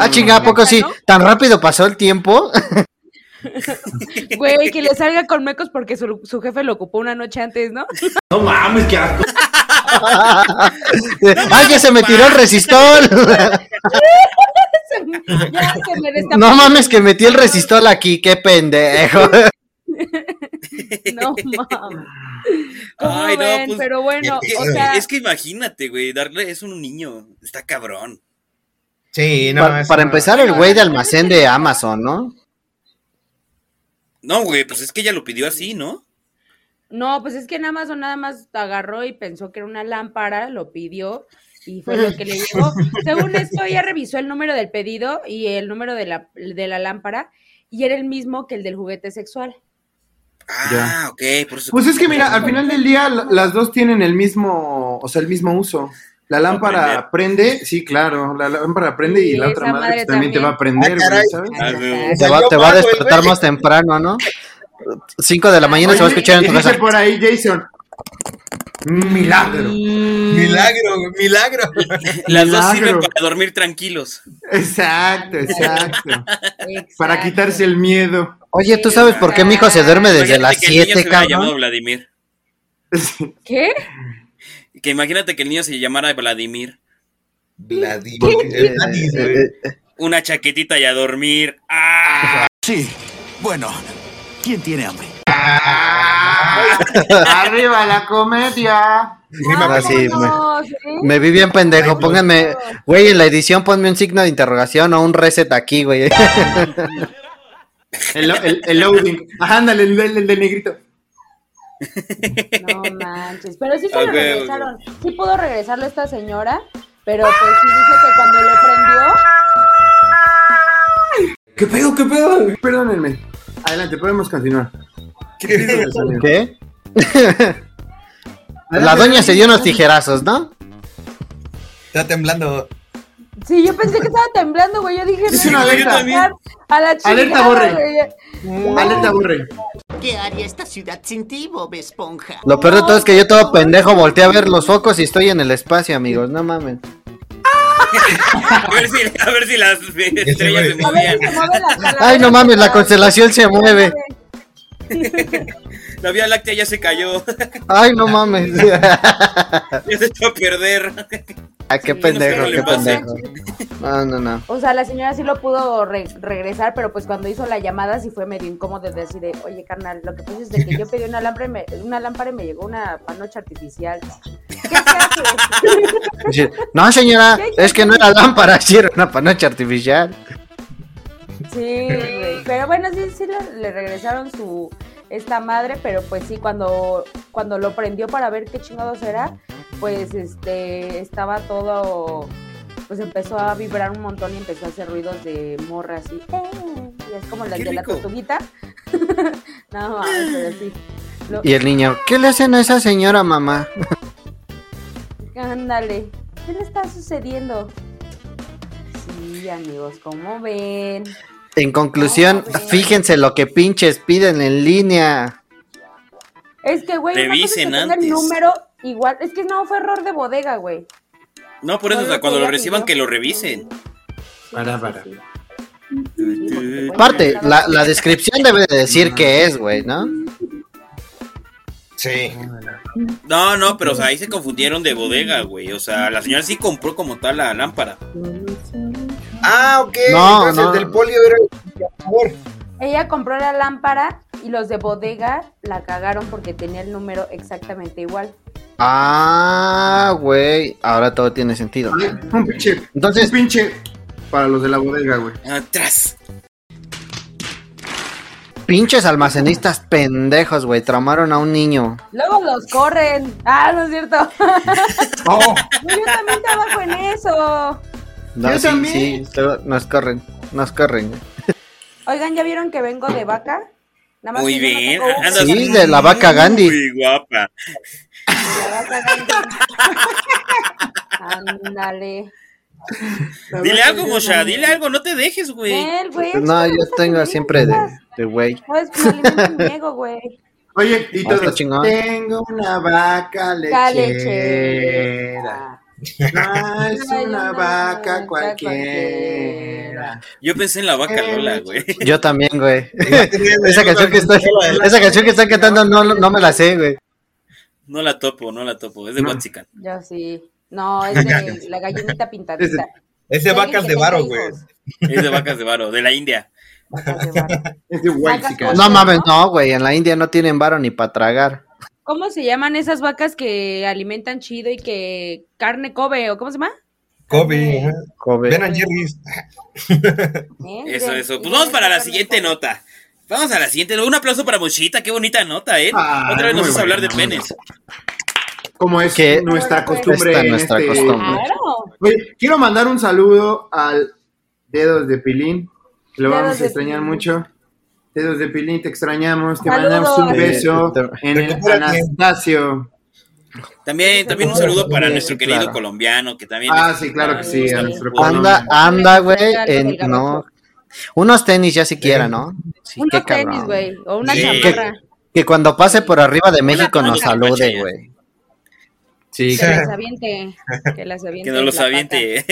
H: Ah, chinga, ¿a poco sí? ¿Tan rápido pasó el tiempo?
E: Güey, que le salga con mecos porque su, su jefe lo ocupó una noche antes, ¿no?
H: ¡Ay, ya se me tiró el resistol!
E: ya se me destapó.
H: No mames que metí el resistol aquí, qué pendejo.
E: No mames. ¿Cómo
D: Ay, no,
E: ven?
D: pues,
E: Pero bueno,
F: qué
E: o
F: pedo.
E: sea,
D: Es que imagínate, güey, darle es un niño. Está cabrón.
F: Sí, no.
H: Para,
F: eso
H: para
F: no.
H: empezar, el güey de almacén de Amazon, ¿no?
D: No, güey, pues es que ella lo pidió así, ¿no?
E: no, pues es que en Amazon nada más agarró y pensó que era una lámpara, lo pidió y fue lo que le llegó. Según esto, ella revisó el número del pedido y el número de la, de la lámpara y era el mismo que el del juguete sexual.
D: Ah, ok, por eso.
G: Pues es que mira, al final del día la- las dos tienen el mismo, o sea, el mismo uso. La lámpara prende, sí, claro, la lámpara prende y
E: Sí,
G: la otra
E: esa
G: madre,
E: madre
G: pues, también, te va a prender,
F: Ah,
G: güey,
F: caray.
G: ¿sabes?
D: Ah, güey.
H: Te va, te va a despertar más temprano, ¿no? Cinco de la mañana se va a
G: Oye,
H: escuchar en tu
G: dice
H: casa.
G: por ahí Jason. "Un Milagro.
F: Milagro, milagro.
D: Las dos sirven
G: milagro.
D: para dormir tranquilos.
G: Exacto, exacto. Para
E: Exacto.
G: quitarse el miedo.
H: Oye, ¿tú sabes por qué mi hijo se duerme desde
D: Imagínate
H: las
D: que el niño se
H: siete,
D: hubiera llamado
H: cabrón?
D: Vladimir.
E: ¿Qué?
D: Que imagínate que el niño se llamara Vladimir.
F: Vladimir. Eh, Vladimir.
D: Una chaquetita y a dormir. ¡Ah!
B: Bueno, ¿quién tiene hambre?
G: Arriba la comedia.
E: Ah,
H: Ahora sí, me,
E: Vámonos, ¿eh?
H: me vi bien pendejo. Pónganme, güey, en la edición ponme un signo de interrogación o un reset aquí, güey.
G: El, lo- el- el loading. Ajá, ándale, el, el- el del negrito.
E: No manches, pero sí se lo
D: Ok, ok.
E: regresaron. Sí pudo regresarlo esta señora, pero pues sí dice que cuando lo prendió,
G: ¿Qué pedo, qué pedo? Perdónenme. Adelante, podemos continuar. ¿Qué
H: ¿Qué? La doña se dio unos tijerazos, ¿no?
F: Está temblando.
E: sí, yo pensé que estaba temblando, güey. Yo dije,
G: Es
E: no,
G: una
E: no,
G: alerta.
E: no, a la chica.
G: Alerta, borre. Alerta, borre.
J: ¿Qué haría esta ciudad sin ti, Bob Esponja?
H: Lo peor de todo es que yo todo pendejo volteé a ver los focos y estoy en el espacio, amigos. No mames.
D: A ver si, a ver si las estrellas se
F: güey.
E: A ver
D: movían.
E: si se mueve la calavera.
H: Ay, no mames, la constelación se mueve.
D: La Vía Láctea ya se cayó.
H: Ay, no mames.
D: ya se echó a perder.
H: Ah, qué pendejo, qué pendejo. No, no, no.
E: O sea, la señora sí lo pudo re- regresar, pero pues cuando hizo la llamada sí fue medio incómodo de decir, de, oye, carnal, lo que pasa es de que yo pedí una, lámpara y me- una lámpara y me llegó una panocha artificial. ¿Qué se hace?
H: Dice, No, señora, es que no era lámpara, sí era una panocha artificial.
E: Sí, güey. Pero bueno, sí, sí le, le regresaron su esta madre, pero pues sí, cuando, cuando lo prendió para ver qué chingados era, pues este estaba todo, pues empezó a vibrar un montón y empezó a hacer ruidos de morra así. ¡eh! Y es como la
D: ¡Qué
E: de la
D: rico!
E: tortuguita. no, mames, pero sí. Lo-
H: Y el niño, ¿qué le hacen a esa señora, mamá?
E: Ándale. ¿Qué le está sucediendo? Sí, amigos, como ven?
H: En conclusión, fíjense lo que pinches piden en línea.
E: Es que, güey, una cosa es que
D: Revisen
E: tenga el
D: antes.
E: número igual. Es que no, fue error de bodega, güey.
D: No, por eso,
E: No,
D: o sea,
E: no,
D: cuando
E: ya
D: lo reciban,
E: pidió.
D: que lo revisen.
G: Para, para.
H: Aparte, la, la descripción debe de decir qué es, güey, ¿no?
F: Sí.
D: No, no, pero o sea, ahí se confundieron de bodega, güey. O sea, la señora sí compró como tal la lámpara.
F: Ah, ok.
H: No,
F: entonces
H: no.
F: el del polio era el amor.
E: Ella compró la lámpara y los de bodega la cagaron porque tenía el número exactamente igual.
H: Ah, güey. Ahora todo tiene sentido.
G: Ay, Un pinche, un
H: Entonces,
G: pinche para los de la bodega, güey.
D: Atrás.
H: pinches almacenistas pendejos, güey. Tramaron a un niño.
E: Luego los corren. Ah, no es cierto.
G: Oh,
E: Yo también trabajo en eso.
H: No,
G: Yo
H: sí,
G: también.
H: sí, luego nos corren. Nos corren. güey.
E: Oigan, ¿ya vieron que vengo de vaca? Nada más
D: Muy
E: que yo no
D: bien.
E: tengo uva,
D: andas
H: Sí, de la vaca Gandhi.
D: Muy guapa.
E: la vaca grande. Ándale.
D: Dile algo, Mosha, dile algo, no te dejes, güey.
E: Ven, güey.
H: Pues No, yo
E: Cosas
H: tengo
E: que
H: siempre de,
E: digas.
H: de güey.
E: No, es que me alimentan mi ego, güey.
G: oye, y
H: Ah,
G: todo.
H: está chingón.
G: Tengo una vaca lechera.
E: Calechera.
G: No Ah, es
E: Ay,
G: una
E: una
G: vaca
E: vaca
G: cualquiera.
E: cualquiera.
D: Yo pensé en la vaca
E: eh,
D: Lola, güey.
H: Yo también, güey. esa canción que estoy, esa canción que están cantando no, no me la sé, güey.
D: No la topo, no la topo. Es de Huachican.
E: Yo sí. No, es de la gallinita pintadita.
F: Es de
E: Alguien
F: vacas
E: que
F: de
E: tenga
F: varo, güey.
E: hijos.
D: Es de vacas de varo, de la India.
E: Vacas de varo.
G: Es de Huaychica.
H: No mames, no, güey. En la India no tienen varo ni para tragar.
E: ¿Cómo se llaman esas vacas que alimentan chido y que carne cobe o cómo se llama?
F: Kobe. ajá.
H: Joven.
F: Ben and Jerry's.
E: ¿Eh?
D: Eso, eso.
E: Miren,
D: Pues
E: miren,
D: vamos para la
E: carne
D: siguiente
E: Kobe.
D: nota. Vamos a la siguiente. Un aplauso para Mochita, qué bonita nota, ¿eh?
G: Ah,
D: Otra vez nos
G: muy
D: hizo hablar de
G: buena, muy
D: penes.
G: Como es
H: Que-
G: nuestra costumbre.
H: Esta
G: en
H: nuestra
G: este-
H: costumbre.
E: Claro.
G: Oye, quiero mandar un saludo al Dedos de Pilín, que lo
E: Dedos
G: vamos a
E: de
G: extrañar
E: Pilín.
G: mucho. Dedos de Pilín, te extrañamos, te
E: Saludos.
G: mandamos un
E: Eh,
G: beso
H: te-
G: en el
F: Recupérate.
G: Anastasio.
D: También, también un saludo para nuestro querido
H: Claro.
D: colombiano, que también.
G: Ah, sí, claro que sí, a nuestro
H: Anda,
G: colombiano.
H: anda, güey.
E: Algo del
H: en-
E: gabacho.
H: No. Unos tenis ya siquiera, ¿no? Sí, qué
E: Unos
H: cabrón.
E: tenis, güey. O una
D: Sí.
E: chamarra.
H: Que cuando pase por arriba de México nos salude, güey.
G: Sí,
E: Que las aviente. Que las aviente.
D: Que no
E: en
D: los
E: la
D: aviente.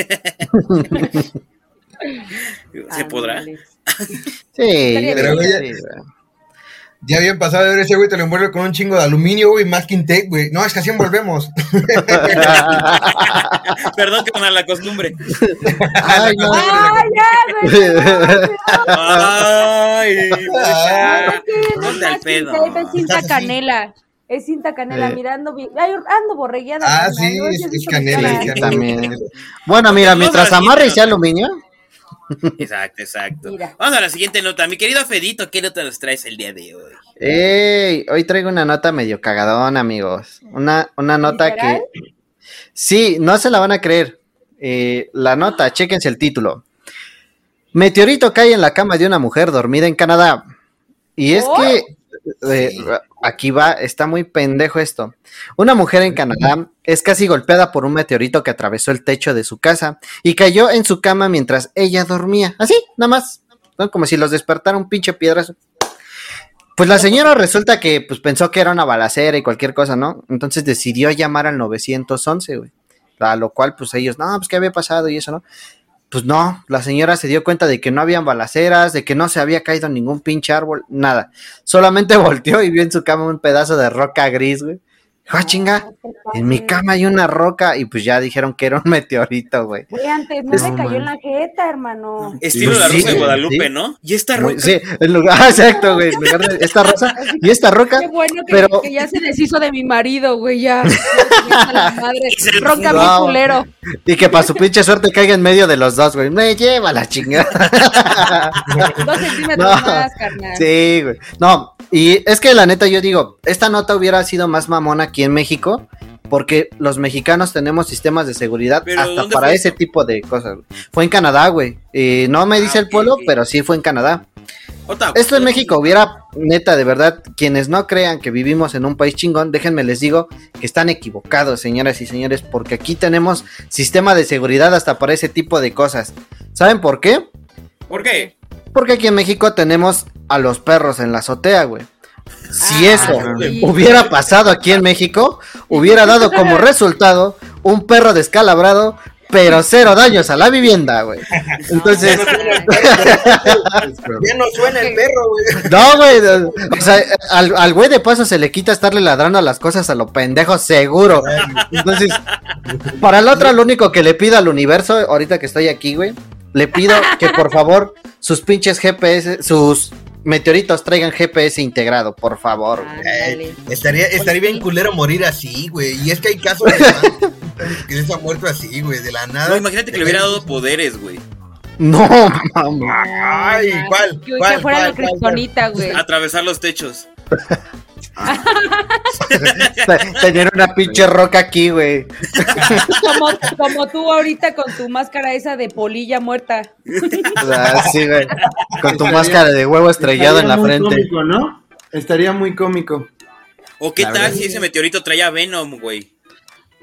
E: pata.
D: ¿Se podrá?
E: Ándale.
H: Sí,
E: Estaría
H: yo creo que
F: chido.
H: sí, güey.
F: Ya bien pasado de ver ese güey, te lo envuelve con un chingo de aluminio, güey, masking tape, güey. No, es que así envolvemos.
D: Perdón, que la costumbre.
H: Ay, no.
E: ¡Ah, ya, güey!
D: Ay,
F: Ah,
D: Mocha.
E: ¿Qué es?
D: ¿Dónde al
E: Es
D: pedo?
E: cinta- Es cinta
F: Estás así.
E: canela. Es cinta canela,
H: Eh.
E: mirando bien. Ay, ando borregueada.
F: Ah,
E: carnal,
F: sí,
E: ¿no?
F: es,
E: ¿Sí has
F: es
E: visto mi
F: canela.
E: cara?
F: es canela.
H: También. Bueno, mira, mientras amarre y sea aluminio,
D: Exacto, exacto.
E: Mira.
D: Vamos a la siguiente nota. Mi querido Fedito, ¿qué nota nos traes el día de hoy?
H: Ey, hoy traigo una nota medio cagadón, amigos. Una, una nota
E: ¿Literal?
H: que. Sí, no se la van a creer. Eh, la nota, chéquense el título. Meteorito cae en la cama de una mujer dormida en Canadá. Y es
E: Oh.
H: que. eh, Aquí va, está muy pendejo esto. Una mujer en Canadá es casi golpeada por un meteorito que atravesó el techo de su casa y cayó en su cama mientras ella dormía. Así, nada más. ¿no? Como si los despertara un pinche piedrazo. Pues la señora resulta que pues, pensó que era una balacera y cualquier cosa, ¿no? Entonces decidió llamar al 911, güey. A lo cual, pues ellos, no, pues qué había pasado y eso, ¿no? Pues no, la señora se dio cuenta de que no habían balaceras, de que no se había caído ningún pinche árbol, nada. Solamente volteó y vio en su cama un pedazo de roca gris, güey. Dijo, "Ah, chinga, en mi cama hay una roca y pues ya dijeron que era un meteorito, güey.
E: Güey, antes no
H: Es- Eh,
E: me cayó en la jeta, hermano.
D: Estilo
H: Sí,
D: la Rosa
H: Pues sí,
D: de Guadalupe,
H: sí.
D: ¿no? Y esta
H: Muy-
D: roca.
H: Sí, en lugar- ah, exacto, güey. en lugar de esta rosa y esta roca.
E: Qué bueno que,
H: pero-
E: que ya se deshizo de mi marido, güey, ya. Ya la madre. Ronca mi
H: Wow.
E: culero.
H: Y que para su pinche suerte caiga en medio de los dos, güey. Me lleva la chingada.
E: Dos centímetros
H: No.
E: más, carnal.
H: Sí, güey. No, y es que la neta yo digo, esta nota hubiera sido más mamona aquí en México porque los mexicanos tenemos sistemas de seguridad
D: Pero,
H: hasta
D: ¿dónde
H: para
D: fue
H: ese
D: esto?
H: tipo de cosas. güey. Fue en Canadá, güey. Eh, no me dice el
D: Ah, ok,
H: pueblo,
D: ok.
H: pero sí fue en Canadá.
D: Ota,
H: Esto en México hubiera, neta, de verdad, quienes no crean que vivimos en un país chingón, déjenme les digo que están equivocados, señoras y señores, porque aquí tenemos sistema de seguridad hasta para ese tipo de cosas. ¿Saben por qué?
D: ¿Por qué?
H: Porque aquí en México tenemos a los perros en la azotea, güey. Si
E: Ah,
H: eso
E: sí.
H: hubiera pasado aquí en México, hubiera dado como resultado un perro descalabrado, pero cero daños a la vivienda, güey. Entonces,
F: Ya no suena el perro, güey.
H: no, güey. O sea, al al güey de paso se le quita estarle ladrando a las cosas a lo pendejo, seguro. Entonces, para la otra, lo único que le pido al universo, ahorita que estoy aquí, güey, le pido que por favor sus pinches GPS, sus meteoritos traigan GPS integrado, por favor. güey.
E: Ándale.
F: Estaría, estaría bien culero morir así, güey. Y es que hay casos de fans que se ha muerto así, güey, de la nada.
D: No, imagínate que le hubiera dado poderes, güey.
H: No, mamá.
F: Ay,
E: Ay,
F: ¿cuál?
E: Que,
F: ¿Cuál?
E: que fuera
F: ¿Cuál?
E: la
F: ¿Cuál?
E: criptonita, güey.
D: Atravesar los techos.
H: Te- Tener una pinche roca aquí, güey.
E: Como, como tú ahorita con tu máscara esa de polilla muerta.
H: O sea, sí, güey. Con tu máscara de huevo estrellado en la
G: muy
H: frente.
G: Cómico, ¿no? Estaría muy cómico.
D: ¿O qué
H: La
D: tal
H: verdad.
D: si ese meteorito traía Venom, güey?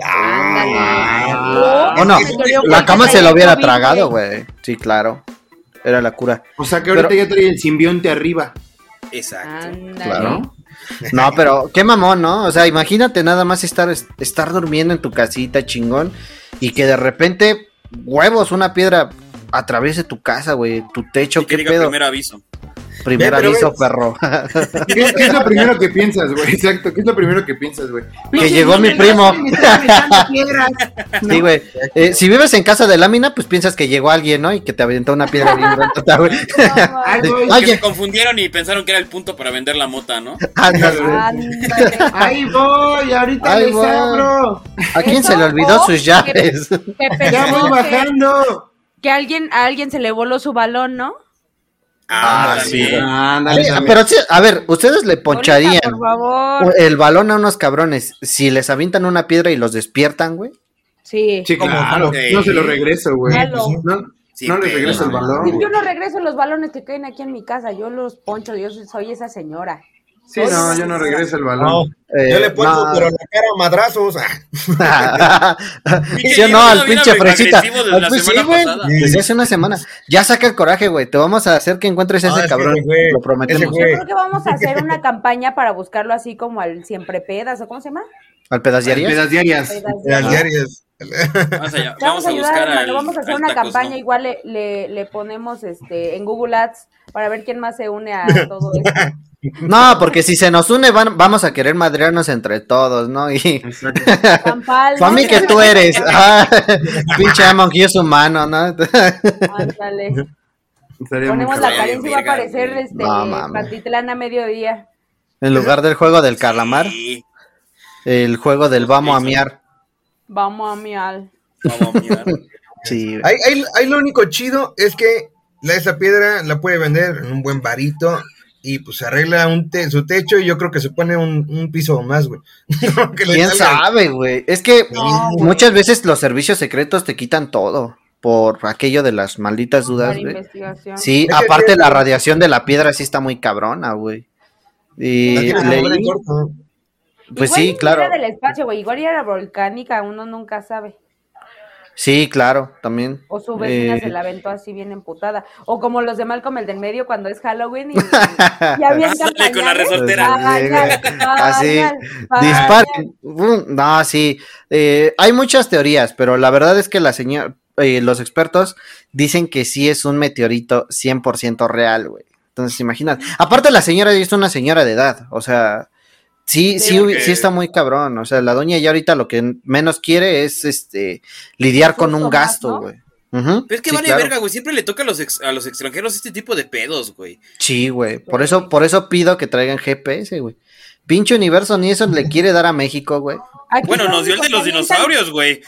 H: Ah. O no,
E: Se dolió
H: la
E: porque
H: cama se
E: traía
H: lo hubiera
E: COVID,
H: tragado, güey. Sí, claro. Era la cura.
G: O sea que ahorita
H: Pero-
G: ya trae el simbionte arriba.
D: Exacto.
E: Ándale.
H: Claro. No, pero qué mamón, ¿no? O sea, imagínate nada más estar, estar durmiendo en tu casita, chingón, y que de repente, huevos, una piedra atraviese tu casa, güey, tu techo,
D: Y que
H: qué
D: diga
H: pedo. Primer,
D: primero aviso.
F: Ve, pero
H: aviso,
F: ves.
H: perro.
G: ¿Qué, qué es lo primero que piensas, güey? Exacto, ¿qué es lo primero que piensas, güey?
H: que llegó mi primo. Sí, güey. Eh, si vives en casa de lámina, pues piensas que llegó alguien, ¿no? Y que te aventó una piedra bien grandota, güey.
E: Ándale.
H: Oye,
D: Que se confundieron y pensaron que era el punto para vender la mota, ¿no?
H: ándale.
E: Ándale.
G: Ahí voy, ahorita
H: Ahí
G: les
H: voy.
G: abro.
H: ¿A quién se le olvidó sus llaves?
E: Que
G: Ya
E: pensó
G: voy
E: que,
G: bajando.
E: que alguien, a alguien se le voló su balón, ¿no?
D: Ah,
H: Ah, sí,
D: también.
H: güey.
G: Ándale,
H: Sí,
G: ándale.
H: pero sí, a ver, ustedes le poncharían.
E: Ahorita, por favor.
H: El balón a unos cabrones, si les avientan una piedra y los despiertan, güey.
E: Sí.
G: Sí, claro.
D: Sí.
G: No se lo regreso, güey.
E: Hello.
G: No,
D: Sí,
G: no le
D: pero-
G: regreso el balón.
E: Yo
G: güey.
E: no regreso los balones que caen aquí en mi casa, yo los poncho, yo soy esa señora.
G: Sí, no, yo no regreso el
F: No,
G: balón.
H: Eh,
F: yo le pongo,
H: no.
F: pero la cara a madrazos. Ah,
H: ¿Sí o no? Al
D: Bien
H: pinche fresita.
D: agresivo desde la
H: Al- pues sí,
D: semana
H: güey,
D: pasada.
H: Desde hace una semana. Ya saca el coraje, güey. Te vamos a hacer que encuentres a
F: Ah,
H: ese
F: es que
H: cabrón.
F: ese güey,
H: Lo prometemos.
F: ese
E: Yo
F: güey. Sí.
E: creo que vamos a hacer una campaña para buscarlo así como al siempre pedas, ¿o cómo se llama?
H: Al pedaciaría.
G: Pedas diarias.
E: Pedas.
F: las
H: Ah.
F: diarias.
D: Vamos allá,
E: Te Vamos a ayudar,
D: buscar
E: hermano,
D: al-
E: vamos a hacer
D: al
E: una
D: tacos,
E: campaña,
D: ¿no?
E: igual le, le, le ponemos este en Google Ads para ver quién más se une a todo esto.
H: No, porque si se nos une, van- vamos a querer madrearnos entre todos, ¿no? Y.
D: Pues
G: Exacto.
E: San Pal, ¿no?
H: Para mí que tú eres. Ah, pinche Amon, que es humano, ¿no?
E: Ándale.
G: Estaría muy
E: Ponemos
G: cabrón.
E: la carencia y va a
D: Verga,
E: aparecer
D: güey.
E: este
H: No, mames.
E: Pantitlán a mediodía.
H: En lugar del juego del calamar,
D: Sí,
H: el juego del vamos a miar.
E: Vamos a mial.
D: vamos a mirar.
H: Sí, güey.
F: Ahí, ahí- ahí lo único chido es que la, esa piedra la puede vender en un buen varito y pues arregla un te- su techo y yo creo que se pone un, un piso más, güey. Que le
H: ¿Quién
F: salga.
H: sabe, güey? Es que
F: No, güey.
H: muchas veces los servicios secretos te quitan todo por aquello de las malditas dudas,
E: Para
H: güey.
E: investigación.
H: Sí,
F: Es que
H: aparte
F: tiene-
H: la radiación de la piedra sí está muy cabrona, güey. Y
F: No tiene
H: leí-
F: nada en corto.
H: pues
E: Igual y
H: sí,
E: era
H: claro.
E: del espacio, güey. Igual y era volcánica, uno nunca sabe.
H: Sí, claro, también.
E: O su vecina
H: Eh,
E: se la aventó así bien emputada. O como los de Malcolm, el del medio, cuando es Halloween y, y avientan
D: Ándale, con la
E: pañales.
D: resortera.
E: Pañal,
H: Así,
E: pañal, pañal.
H: disparen. Bum. No, sí. eh, hay muchas teorías, pero la verdad es que la señora, eh, los expertos dicen que sí es un meteorito 100% real, güey. Entonces, imagínate. Aparte, la señora ya es una señora de edad, o sea, sí, sí,
D: Pero
H: hubi-
D: que-
H: sí está muy cabrón. O sea, la doña ya ahorita lo que menos quiere es este lidiar con
E: Justo
H: un
E: más, ¿no?
H: gasto, güey. Ujú,
D: Pero es que
H: sí,
D: vale
H: claro.
D: verga, güey. Siempre le toca a los, ex- a los extranjeros este tipo de pedos, güey.
H: Sí, güey. Por eso, por eso pido que traigan GPS, güey. Pinche universo, ni eso le quiere dar a México, güey.
E: Aquí
D: Bueno,
E: lo
D: nos dio el
E: único
D: de los
E: que avientan-
D: dinosaurios, güey.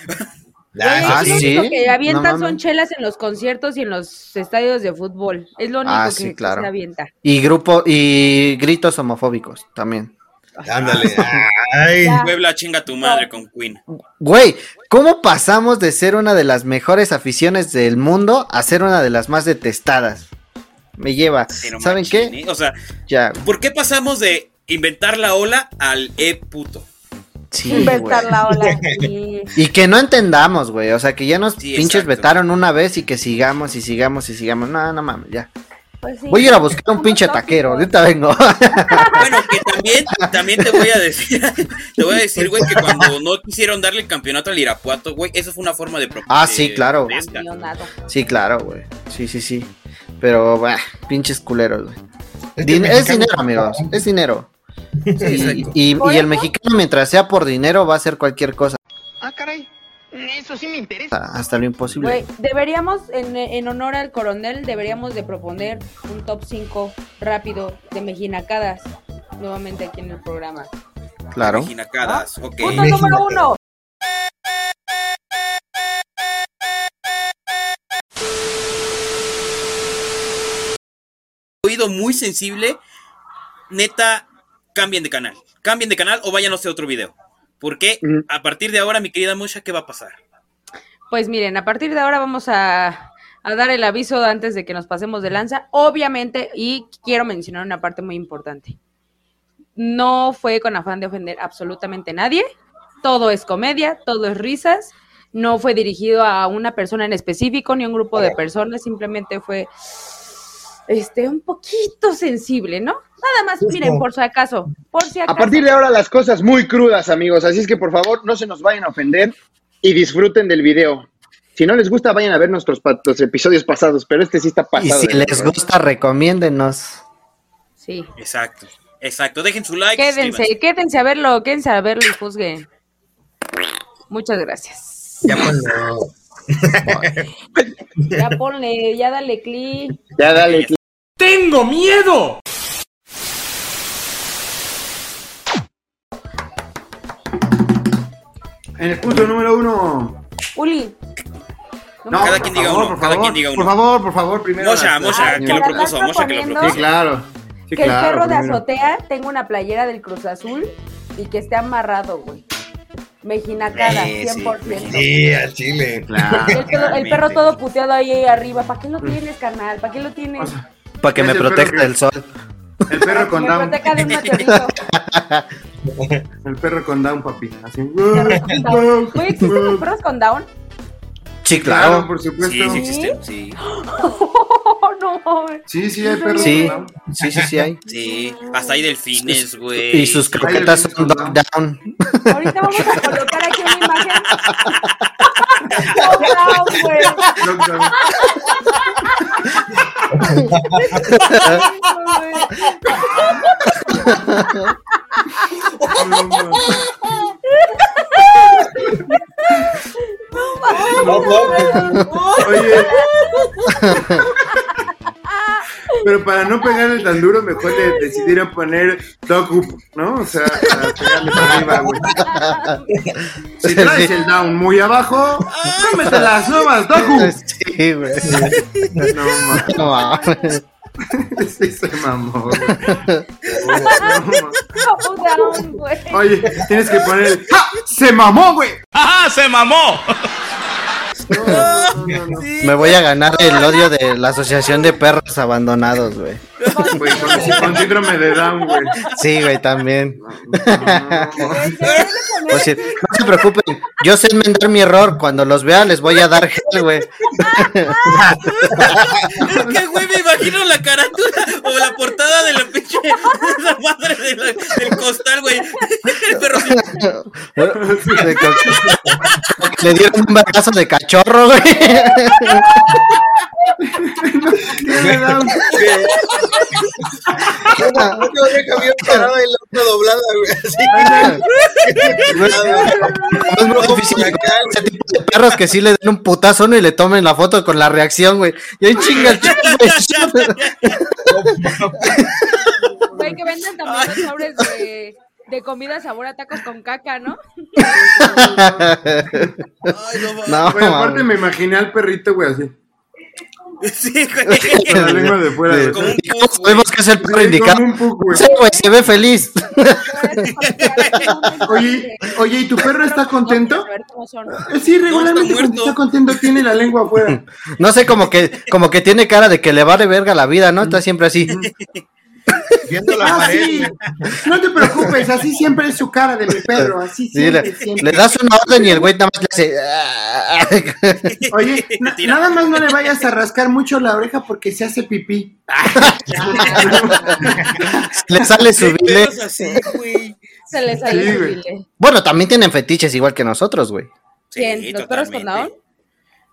E: Güey,
H: Ah,
E: aquí lo
H: sí.
E: único que avientan
H: No mames.
E: son chelas en los conciertos y en los estadios de fútbol. Es lo único
H: Ah,
E: que,
H: sí,
E: que
H: claro.
E: se avienta.
H: Y grupo, y gritos homofóbicos también.
F: Ándale. Ay.
E: Ah.
D: Puebla chinga tu madre con Queen.
H: Güey, ¿cómo pasamos de ser una de las mejores aficiones del mundo a ser una de las más detestadas? Me lleva.
D: Pero
H: ¿Saben
D: machín,
H: qué?
D: ¿eh? O sea,
H: Ya.
D: ¿por qué pasamos de inventar la ola al e puto?
H: Sí, güey.
E: Inventar la ola. sí.
H: Y que no entendamos, güey. O sea, que ya nos
D: Sí,
H: pinches
D: exacto.
H: vetaron una vez y que sigamos y sigamos y sigamos. No, no mames, ya.
E: Pues sí.
H: Voy a ir a buscar un
E: Somos
H: pinche
E: tóxicos.
H: taquero. Ahorita vengo.
D: Bueno, que también, también te voy a decir, te voy a decir, güey, que cuando no quisieron darle el campeonato al Irapuato, güey, eso fue una forma de pro-
H: Ah,
D: de-
H: sí, claro.
D: pesca.
E: Campeonato.
H: sí, claro, güey. Sí, sí, sí. Pero, bah, pinches culeros, güey.
F: que el
H: Din- es
F: mexicano-
H: dinero, amigos. Es dinero.
D: Sí,
H: Y,
D: exacto.
H: y-
E: Por
H: y el
E: eso-
H: mexicano, mientras sea por dinero, va a hacer cualquier cosa.
J: Ah, caray. Eso sí me interesa.
H: Hasta hasta lo imposible.
E: Güey, deberíamos, en, en honor al coronel, deberíamos de proponer un top 5 rápido de mejinacadas nuevamente aquí en el programa.
H: Claro.
D: Jinacadas, ok.
E: Punto número uno.
D: Oído muy sensible, neta, cambien de canal. Cambien de canal o vayan a hacer otro video. Porque
G: Mm.
D: a partir de ahora, mi querida Musha, ¿qué va a pasar?
E: Pues miren, a partir de ahora vamos a, a dar el aviso antes de que nos pasemos de lanza, obviamente, y quiero mencionar una parte muy importante. No fue con afán de ofender absolutamente nadie, todo es comedia, todo es risas, no fue dirigido a una persona en específico ni a un grupo de personas, simplemente fue este un poquito sensible, ¿no? Nada más, miren, por si acaso, por si acaso.
K: A partir de ahora las cosas muy crudas, amigos. Así es que por favor no se nos vayan a ofender y disfruten del video. Si no les gusta, vayan a ver nuestros pa- los episodios pasados, pero este sí está
H: Y
K: pasado.
H: si
K: de
H: les
K: verdad.
H: gusta, recomiéndenos.
E: Sí.
D: Exacto, exacto. Dejen su like.
E: Quédense,
D: suscríbanse.
E: quédense a verlo, quédense a verlo y juzguen. Muchas gracias.
F: Ya cuando.
E: Ya ponle, ya dale clic.
K: Ya dale.
I: ¡Tengo miedo!
G: En el punto número uno.
E: Uli.
G: No,
E: me-
D: Cada
G: por
D: quien diga
G: favor,
D: uno,
G: por
D: cada
G: favor,
D: quien diga uno.
G: Por favor, por favor, primero.
D: Mosha,
G: las-
D: Mosha,
G: las-
D: que lo
E: para
D: propuso,
E: andar
D: Mosha, que lo
E: proponiendo-
D: propuso.
G: Sí, claro. Sí,
E: que el
G: claro,
E: perro de
G: primero.
E: azotea tenga una playera del Cruz Azul y que esté amarrado, güey. Mejinacada,
F: Eh, Sí, sí.
E: 100%.
F: Sí, al chile.
E: El,
G: Claro.
E: perro- el perro todo puteado ahí arriba. ¿Para qué lo tienes, carnal? ¿Para qué lo
G: O
E: tienes?
G: sea,
H: Para que
G: Es
H: me
G: el perro
H: proteja
G: que-
H: del sol.
G: el perro con
E: Me
G: down.
E: proteja de un meteorito.
G: El perro con down, papi. Así.
E: Perro con down. Güey, ¿existen los perros con down?
H: Sí,
G: Claro,
H: claro.
G: por supuesto.
D: Sí, sí
G: Sí,
D: existen, sí.
E: Oh, no, güey.
G: sí, hay perros
H: Sí,
G: con down.
H: sí, sí, sí hay.
D: Sí, hasta hay delfines, güey.
H: Y sus croquetas son dog down.
E: Ahorita vamos a colocar aquí una imagen. Con down, güey.
G: Dog down. No, no. Oye. Pero para no pegarle tan duro, mejor le decidieron poner Docup, ¿no? O sea, para pegarle para arriba, güey. Si traes el down muy abajo, cómete las nuevas, Docup.
H: Sí, güey.
G: No mames,
H: No mames.
G: sí se mamó. güey. No, mames.
E: Con down, güey.
G: Oye, tienes que poner el ¡Ja! ¡Se mamó, güey!
I: ¡Ajá! ¡Se mamó!
H: Me voy a ganar el odio de la Asociación de Perros Abandonados, güey.
G: Güey, con, con síndrome de Down, güey.
H: Sí, güey, también.
E: Güey, deberían de poner
H: O sea, no se preocupen, yo sé enmendar mi error. Cuando los vea, les voy a dar gel, güey.
D: Es que, güey, me imagino la carátula o la portada de la pinche de la madre de la- del costal, güey. El perro sí,
H: De que- Le dieron un brazo de cachorro, güey.
G: Tiene Down.
F: No te voy a cambiar parado y la otra doblada, güey.
H: Es muy difícil encontrar ese tipo de perros que sí le den un putazo a uno y le tomen la foto con la reacción, güey. Y ahí chinga el chico, güey.
E: Güey, que venden también los sobres de, de comida sabor a tacos con caca, ¿no?
H: No,
G: Güey, aparte
H: mames.
G: me imaginé al perrito, güey, así.
D: Sí,
G: Con la lengua de fuera.
H: Como un
B: Pues,
H: Sabemos que es el perro indicado. Sí, güey, se ve feliz.
G: Oye, oye, ¿y tu perro está contento?
E: ¿Cómo son?
G: Eh, Sí, regularmente cuando está contento tiene la lengua afuera.
H: No sé, como que, como que tiene cara de que le va de verga la vida, ¿no? Está siempre así.
F: Viendo
G: Ah, sí. No te preocupes, así siempre es su cara de mi perro, así
H: Sí, le,
G: siempre, siempre.
H: le das una orden y el güey nada más le hace.
G: Oye, na- nada más no le vayas a rascar mucho la oreja porque se hace pipí.
H: le sale su bile.
D: Perros así, güey.
E: Se les sale
G: Sí,
E: su
G: güey.
E: bile.
H: Bueno, también tienen fetiches igual que nosotros, güey.
E: ¿Quién? ¿Los perros con Down?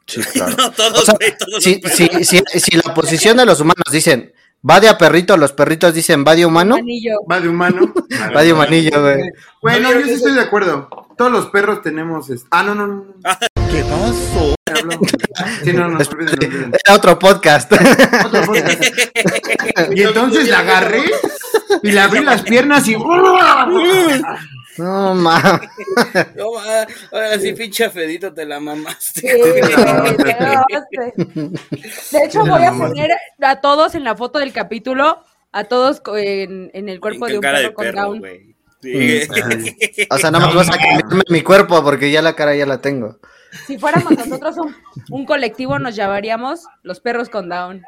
H: Sí, claro.
D: No, todos,
H: O sea,
D: güey, todos los
H: si,
D: perros.
H: si- si- si la posición de los humanos dicen va de a perrito, los perritos dicen va de humano,
E: Anillo.
G: Va de humano.
H: va de humanillo, güey.
G: Bueno, yo sí estoy de acuerdo. Todos los perros tenemos. es- Ah, no, no, no.
C: ¿Qué pasó?
G: me habló. Sí, no, no, olvídenlo, olvídenlo.
H: Era otro podcast.
G: Otro podcast. Y entonces la agarré y le abrí las piernas y.
H: No mames.
D: No, ma, ahora sí, pinche Fedito, te la mamaste.
E: Sí,
D: güey.
E: te grabaste. De hecho, voy a poner a todos en la foto del capítulo, a todos co- en, en el cuerpo
D: Con
E: de un
D: cara
E: perro
D: de
E: con
D: perro,
E: Down.
D: güey. Sí.
H: O sea, nada más vas a cambiarme mi cuerpo porque ya la cara ya la tengo.
E: Si fuéramos nosotros un, un colectivo, nos llamaríamos los perros con Down.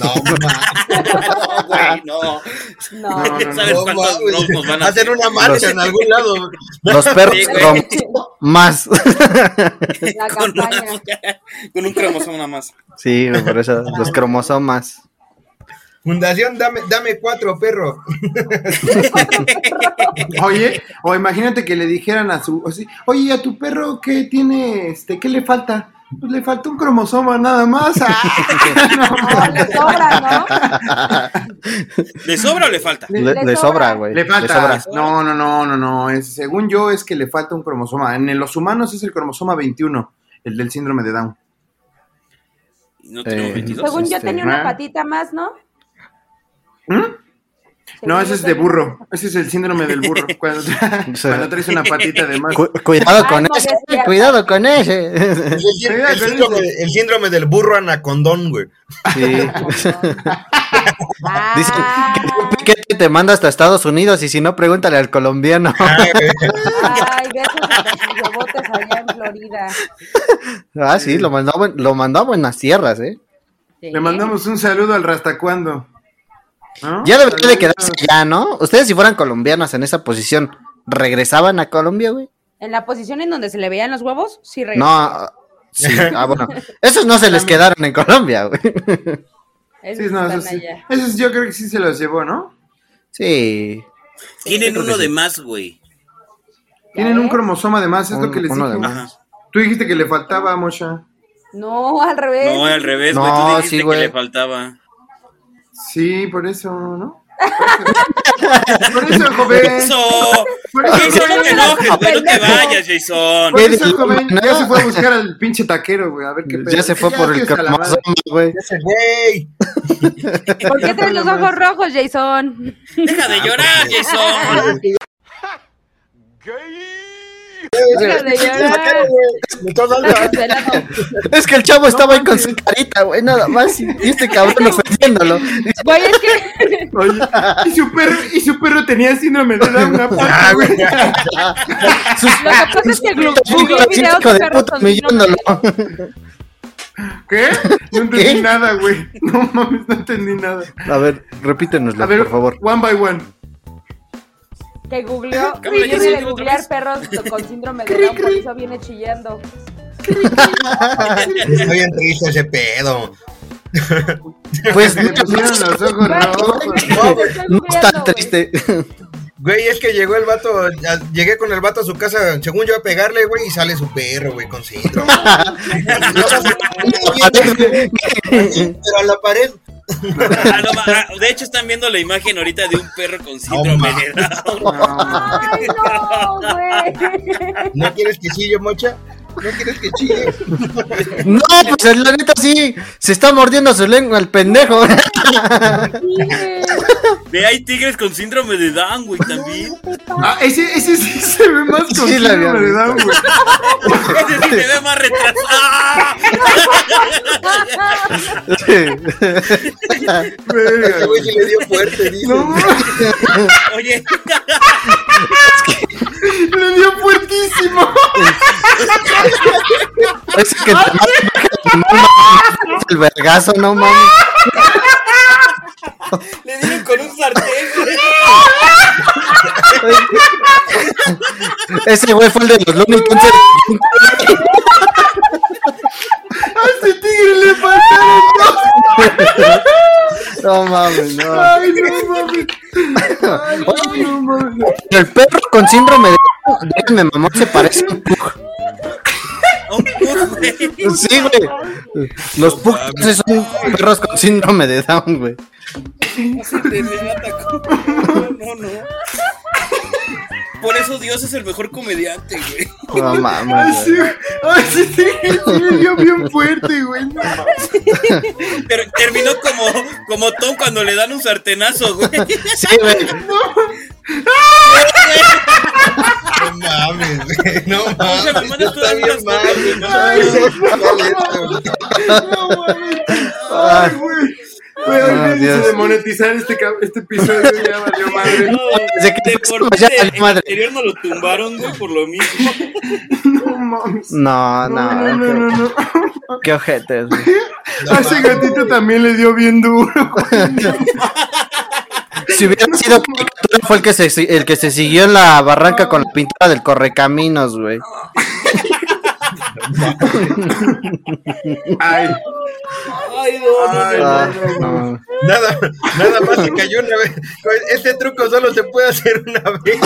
F: No, mames.
D: No, güey, no.
E: No.
G: No, no,
D: ¿Sabes
F: no,
D: cuántos
F: mames.
D: bros nos van a
F: Hacer una marcha en algún lado.
H: Los perros
D: Sí, güey.
H: con más.
E: La
D: con, una-
E: campaña.
D: con un cromosoma más.
H: Sí, güey, por eso, los cromosomas.
F: Fundación, dame, dame cuatro, perro.
G: Oye, o imagínate que le dijeran a su. o sí, Oye, ¿y a tu perro qué tiene? este ¿Qué le falta? Pues le falta un cromosoma nada más. Ah,
E: No, le sobra, ¿no?
D: ¿Le sobra o le falta?
H: Le,
E: Le
H: le sobra,
E: sobra.
G: no.
H: güey.
G: Le falta.
H: sobra.
G: No, no, no, no, no. es- según yo, es que le falta un cromosoma. En los humanos es el cromosoma 21, el del síndrome de Down.
D: No tenemos
H: Eh,
D: 22.
E: Según yo
H: este,
E: tenía una
G: ¿no?
E: patita más, ¿no?
G: ¿Mm?
E: Según
G: No, ese
E: yo
G: es de
E: tenía-
G: burro. Ese es el síndrome del burro. Cuando, cuando traes una patita de más.
H: Cu- cuidado con
E: Ay, no,
H: ese,
E: ya es cierto.
H: cuidado con ese.
F: Es decir, el, síndrome, el síndrome del burro anacondón, güey.
H: Sí.
E: Ah,
H: Dicen que Joe Piquete te manda hasta Estados Unidos y si no, pregúntale al colombiano.
G: Ah,
E: Ay, de esos botes allá en Florida.
H: Ah, sí, lo mandó, a buen- lo mandó a buenas tierras, ¿eh?
E: Sí.
G: Le mandamos un saludo al Rastacuando. ¿No?
H: Ya debería de
G: Saludos.
H: quedarse allá, ¿no? Ustedes si fueran colombianos en esa posición, ¿regresaban a Colombia, güey?
E: En la posición en donde se le veían los huevos, sí regresó.
H: No, ah, sí, ah, bueno. Esos no se les quedaron en Colombia, güey.
E: Esos
G: Sí, no,
E: están
G: eso sí.
E: allá.
G: Eso sí, yo creo que sí se los llevó, ¿no?
H: Sí.
D: Tienen uno de más, güey.
G: Tienen un
E: ves?
G: cromosoma de más, es lo
H: Un-
G: que les
H: uno de
G: dijimos.
H: más.
G: Tú dijiste que le faltaba, Mosha.
E: No, al revés.
D: No, al revés, güey.
H: No,
D: Tú
H: sí,
D: dijiste que
H: güey.
D: le faltaba.
G: Sí, por eso, ¿no? Por eso,
E: Eh.
G: joven.
D: ¡Eso!
G: Por eso,
D: Jason, no te
G: joven.
D: enojes, güey. No te vayas, Jason.
G: Por eso,
H: Qué
G: joven.
H: dilema,
G: Ya
H: ¿no?
G: se fue a buscar al pinche taquero, güey. A ver qué pedo.
H: Ya se fue por el
G: que se la madre.
H: cromosoma, güey.
F: Ese güey.
E: ¿Por qué traes los ojos rojos, Jason?
D: Deja
H: Ah,
D: de llorar, Jason.
E: Deja de llorar.
F: Me estás dando-
E: Pelado.
H: Es que el chavo estaba ahí con su carita, güey, nada más. Y y este cabrón ofendiéndolo.
E: Güey, es que
G: Oye, y su perro, y su perro tenía síndrome de Down, una pata,
F: Ah,
G: güey.
F: güey.
E: lo que pasa es que glu- googleó videos
H: Hijo
E: de
H: de
E: perros
H: puta,
E: con síndrome
H: humillándolo.
E: de Down.
G: ¿Qué? No entendí
H: ¿Qué?
G: nada, güey. No mames, no entendí nada.
H: A ver, repítenoslo,
G: A ver,
H: por favor.
G: one by one.
E: Que googleó,
D: Cámara, Jason,
E: que viene de
D: otra
E: googlear
D: vez.
E: perros con síndrome de Down, por eso viene chillando.
F: Está bien triste ese pedo.
H: Pues
G: Se le pusieron los ojos rojos.
F: No, güey.
E: Estoy
H: no
E: googleando,
H: está
E: güey.
H: triste.
F: Güey, es que llegó el vato, ya- llegué con el vato a su casa, según yo a pegarle, güey, y sale su perro, güey, con síndrome. Pero a la pared.
D: Ah, no, ma- ah, de hecho, están viendo la imagen ahorita de un perro con síndrome de Down.
G: No,
E: Ay, no, güey.
F: ¿No quieres quesillo, mocha? No quieres que chille.
H: No, pues el la neta sí. Se está mordiendo su lengua el pendejo.
D: Ve, hay tigres con síndrome de Down, güey, también.
G: Ah, ese, ese sí se ve más con
H: Sí, la había
G: síndrome de Down, güey.
D: Ese sí se ve más Ah, retrasado.
F: Ese güey sí le dio fuerte, dice.
G: No,
D: Oye,
G: le dio fuertísimo.
H: Parece que te mata el vergazo, no mames.
D: le dieron con un sartén, güey.
H: Ese güey fue el de los Looney Tunes.
G: A
D: Este
G: ese tigre le faltaron dos.
H: No mames, no.
G: Ay, no mames. Ay, no, no mames.
H: El perro con síndrome de me mamó se parece a un pug.
D: Un pug, güey.
H: Sí, güey. Los pugs son perros con síndrome de Down, güey.
D: Te me atacó. No, no, no. Por eso Dios es el mejor comediante, güey.
H: No
G: Ay,
H: mames.
G: sí, güey. Ay, ese tigre sí le dio bien fuerte, güey. No mames.
D: Pero terminó como, como Tom cuando le dan un sartenazo, güey.
H: Sí, güey.
F: No mames, güey. No mames.
D: Oye, mi hermano, tú
F: Está
D: das
F: bien
D: unas
F: mal,
D: cosas,
F: güey.
D: ¿no?
F: Ay, no, neta, güey.
G: No mames. Ay, güey. Güey,
H: Ah,
G: olvídense
H: Dios.
G: de monetizar este, ca- este episodio, ya valió madre.
H: Desde que
D: de
H: empezó,
D: por
H: ya
D: qué
H: valió
D: el
H: madre.
D: anterior no lo tumbaron, güey, por lo mismo.
G: No mames.
H: No, no,
G: no, no, no, no.
H: Qué, qué ojetes, güey.
F: No
G: A ese
F: mames.
G: gatito también le dio bien duro.
H: Si hubiera sido caricatura, fue el que, se, el que se siguió en la barranca con la pintura del correcaminos, güey.
G: Ay,
D: Ay, no, no, no.
H: Ah,
G: no, no,
H: no.
F: Nada, nada más se cayó una vez. Este truco solo se puede hacer una vez.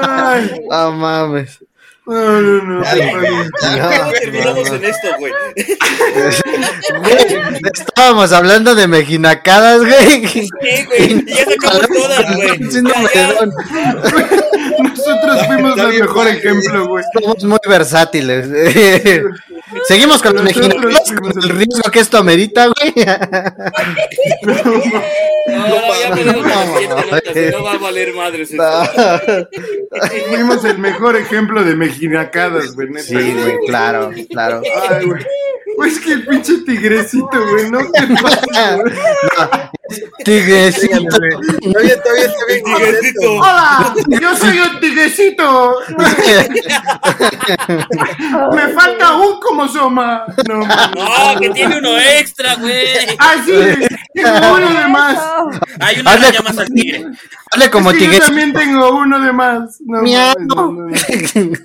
G: ay.
H: No mames.
G: No, no, no. Ay,
D: ¿Cómo terminamos en esto, güey?
H: Güey, Estábamos hablando de mejinacadas, güey.
D: Sí, güey. Y ya sacamos todas, güey.
H: Síndrome
D: Ya, ya.
H: de Down.
G: Nosotros fuimos
F: Está
G: el
F: bien,
G: mejor
F: güey.
G: ejemplo, güey.
H: Somos muy versátiles. Seguimos con los
G: Nosotros
H: mejinacadas,
G: fuimos
H: con
G: el-
H: el riesgo que esto amerita, güey.
D: No, no, ya perdimos las
H: no,
D: siete
H: no,
D: notas,
H: eh.
D: No va a valer madres esto.
H: No.
G: Fuimos el mejor ejemplo de mejinacadas, güey. neta.
H: Sí, güey, claro, claro.
G: Ay, güey. Güey, Es que el pinche tigrecito, güey, no te pasa, güey.
H: Tigrecito.
F: Todavía, todavía está bien
D: Tigrecito.
F: contento.
G: ¡Hola! ¡Yo soy un tigrecito! ¡Me falta un como Soma! No, mames.
D: No, que tiene uno extra, güey.
G: ¡Ah, sí! ¡Tengo uno de más!
E: Eso.
D: Hay una
H: Hazle
D: araña más al tigre.
H: Hable como
G: Es que yo
H: tigrecito.
G: también tengo uno de más. No,
H: Miau.
G: mames, no,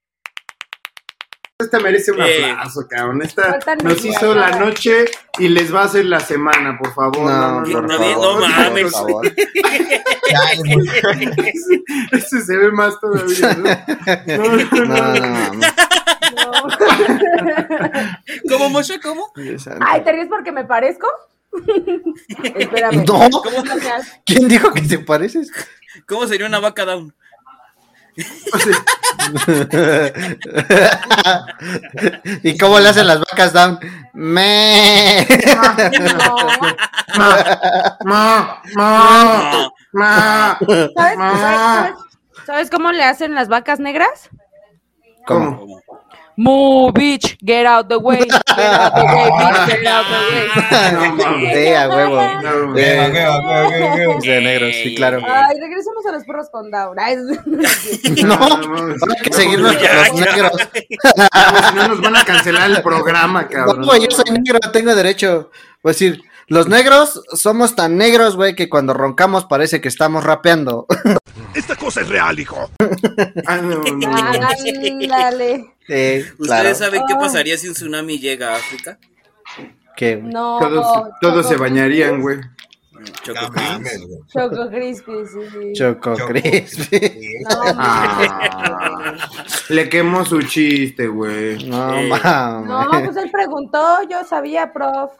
G: Esta merece un
D: Eh.
G: aplauso, cabrón. Esta
E: Faltan
G: nos
E: mis
G: hizo la
E: palabras.
G: noche y les va a hacer la semana, por favor.
H: No, por
D: no,
H: favor,
D: no mames.
H: por favor.
F: Dale, güey.
G: Este se ve más todavía. No, no, no.
H: No, no mames.
D: ¿Cómo, Moshe? ¿Cómo?
H: Ah,
E: Ay, ¿te ríes porque me parezco? Espérame.
H: No.
E: ¿Cómo estás?
H: ¿Quién dijo que te pareces?
D: ¿Cómo sería una vaca down?
H: ¿Y cómo le hacen las vacas down? Me.
E: No.
G: Ma, ma, ma.
E: ¿Sabes,
G: Ma.
E: sabes- sabes- sabes cómo le hacen las vacas negras?
G: ¿Cómo?
E: Move, bitch, get out the way. Get out the way, bitch, get out the way.
H: Sí, a huevo. Sí.
F: Huevo, huevo, huevo, huevo.
H: De negro, sí, claro.
E: Ay, regresamos a los perros con Down. Ay,
H: No, hay que seguir los, los negros.
G: Si no, nos van a cancelar el programa, cabrón.
H: No, güey, yo soy negro, tengo derecho. Voy a decir, los negros somos tan negros, güey, que cuando roncamos parece que estamos rapeando.
L: Esta cosa es real, hijo.
G: Ah, no, no, no.
E: Ándale.
H: Sí, Eh, claro.
D: ¿Ustedes saben qué
E: Ay.
D: pasaría si un tsunami llega a África?
H: Que,
E: No.
G: Todos, todos se bañarían, güey.
D: Choco
F: Mames, güey.
E: Choco Crispy, sí, sí.
H: Choco Crispy.
E: No,
G: Ah, le quemó su chiste, güey.
H: No,
D: Eh,
H: mames.
E: No, pues él preguntó, yo sabía, prof.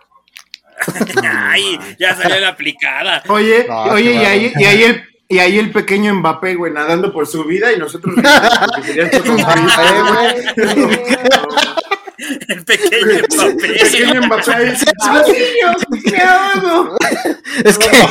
D: Ay, ya salió la aplicada.
G: Oye,
H: No,
G: oye,
H: qué
G: y ahí, y ahí el. Y ahí el pequeño Mbappé, güey, nadando por su vida y nosotros... porque sería el Choco
E: Ay,
G: Crispy, güey.
D: El pequeño papel.
G: Pequeño Mbappé ahí, "Niños, me ahogo".
H: Es que,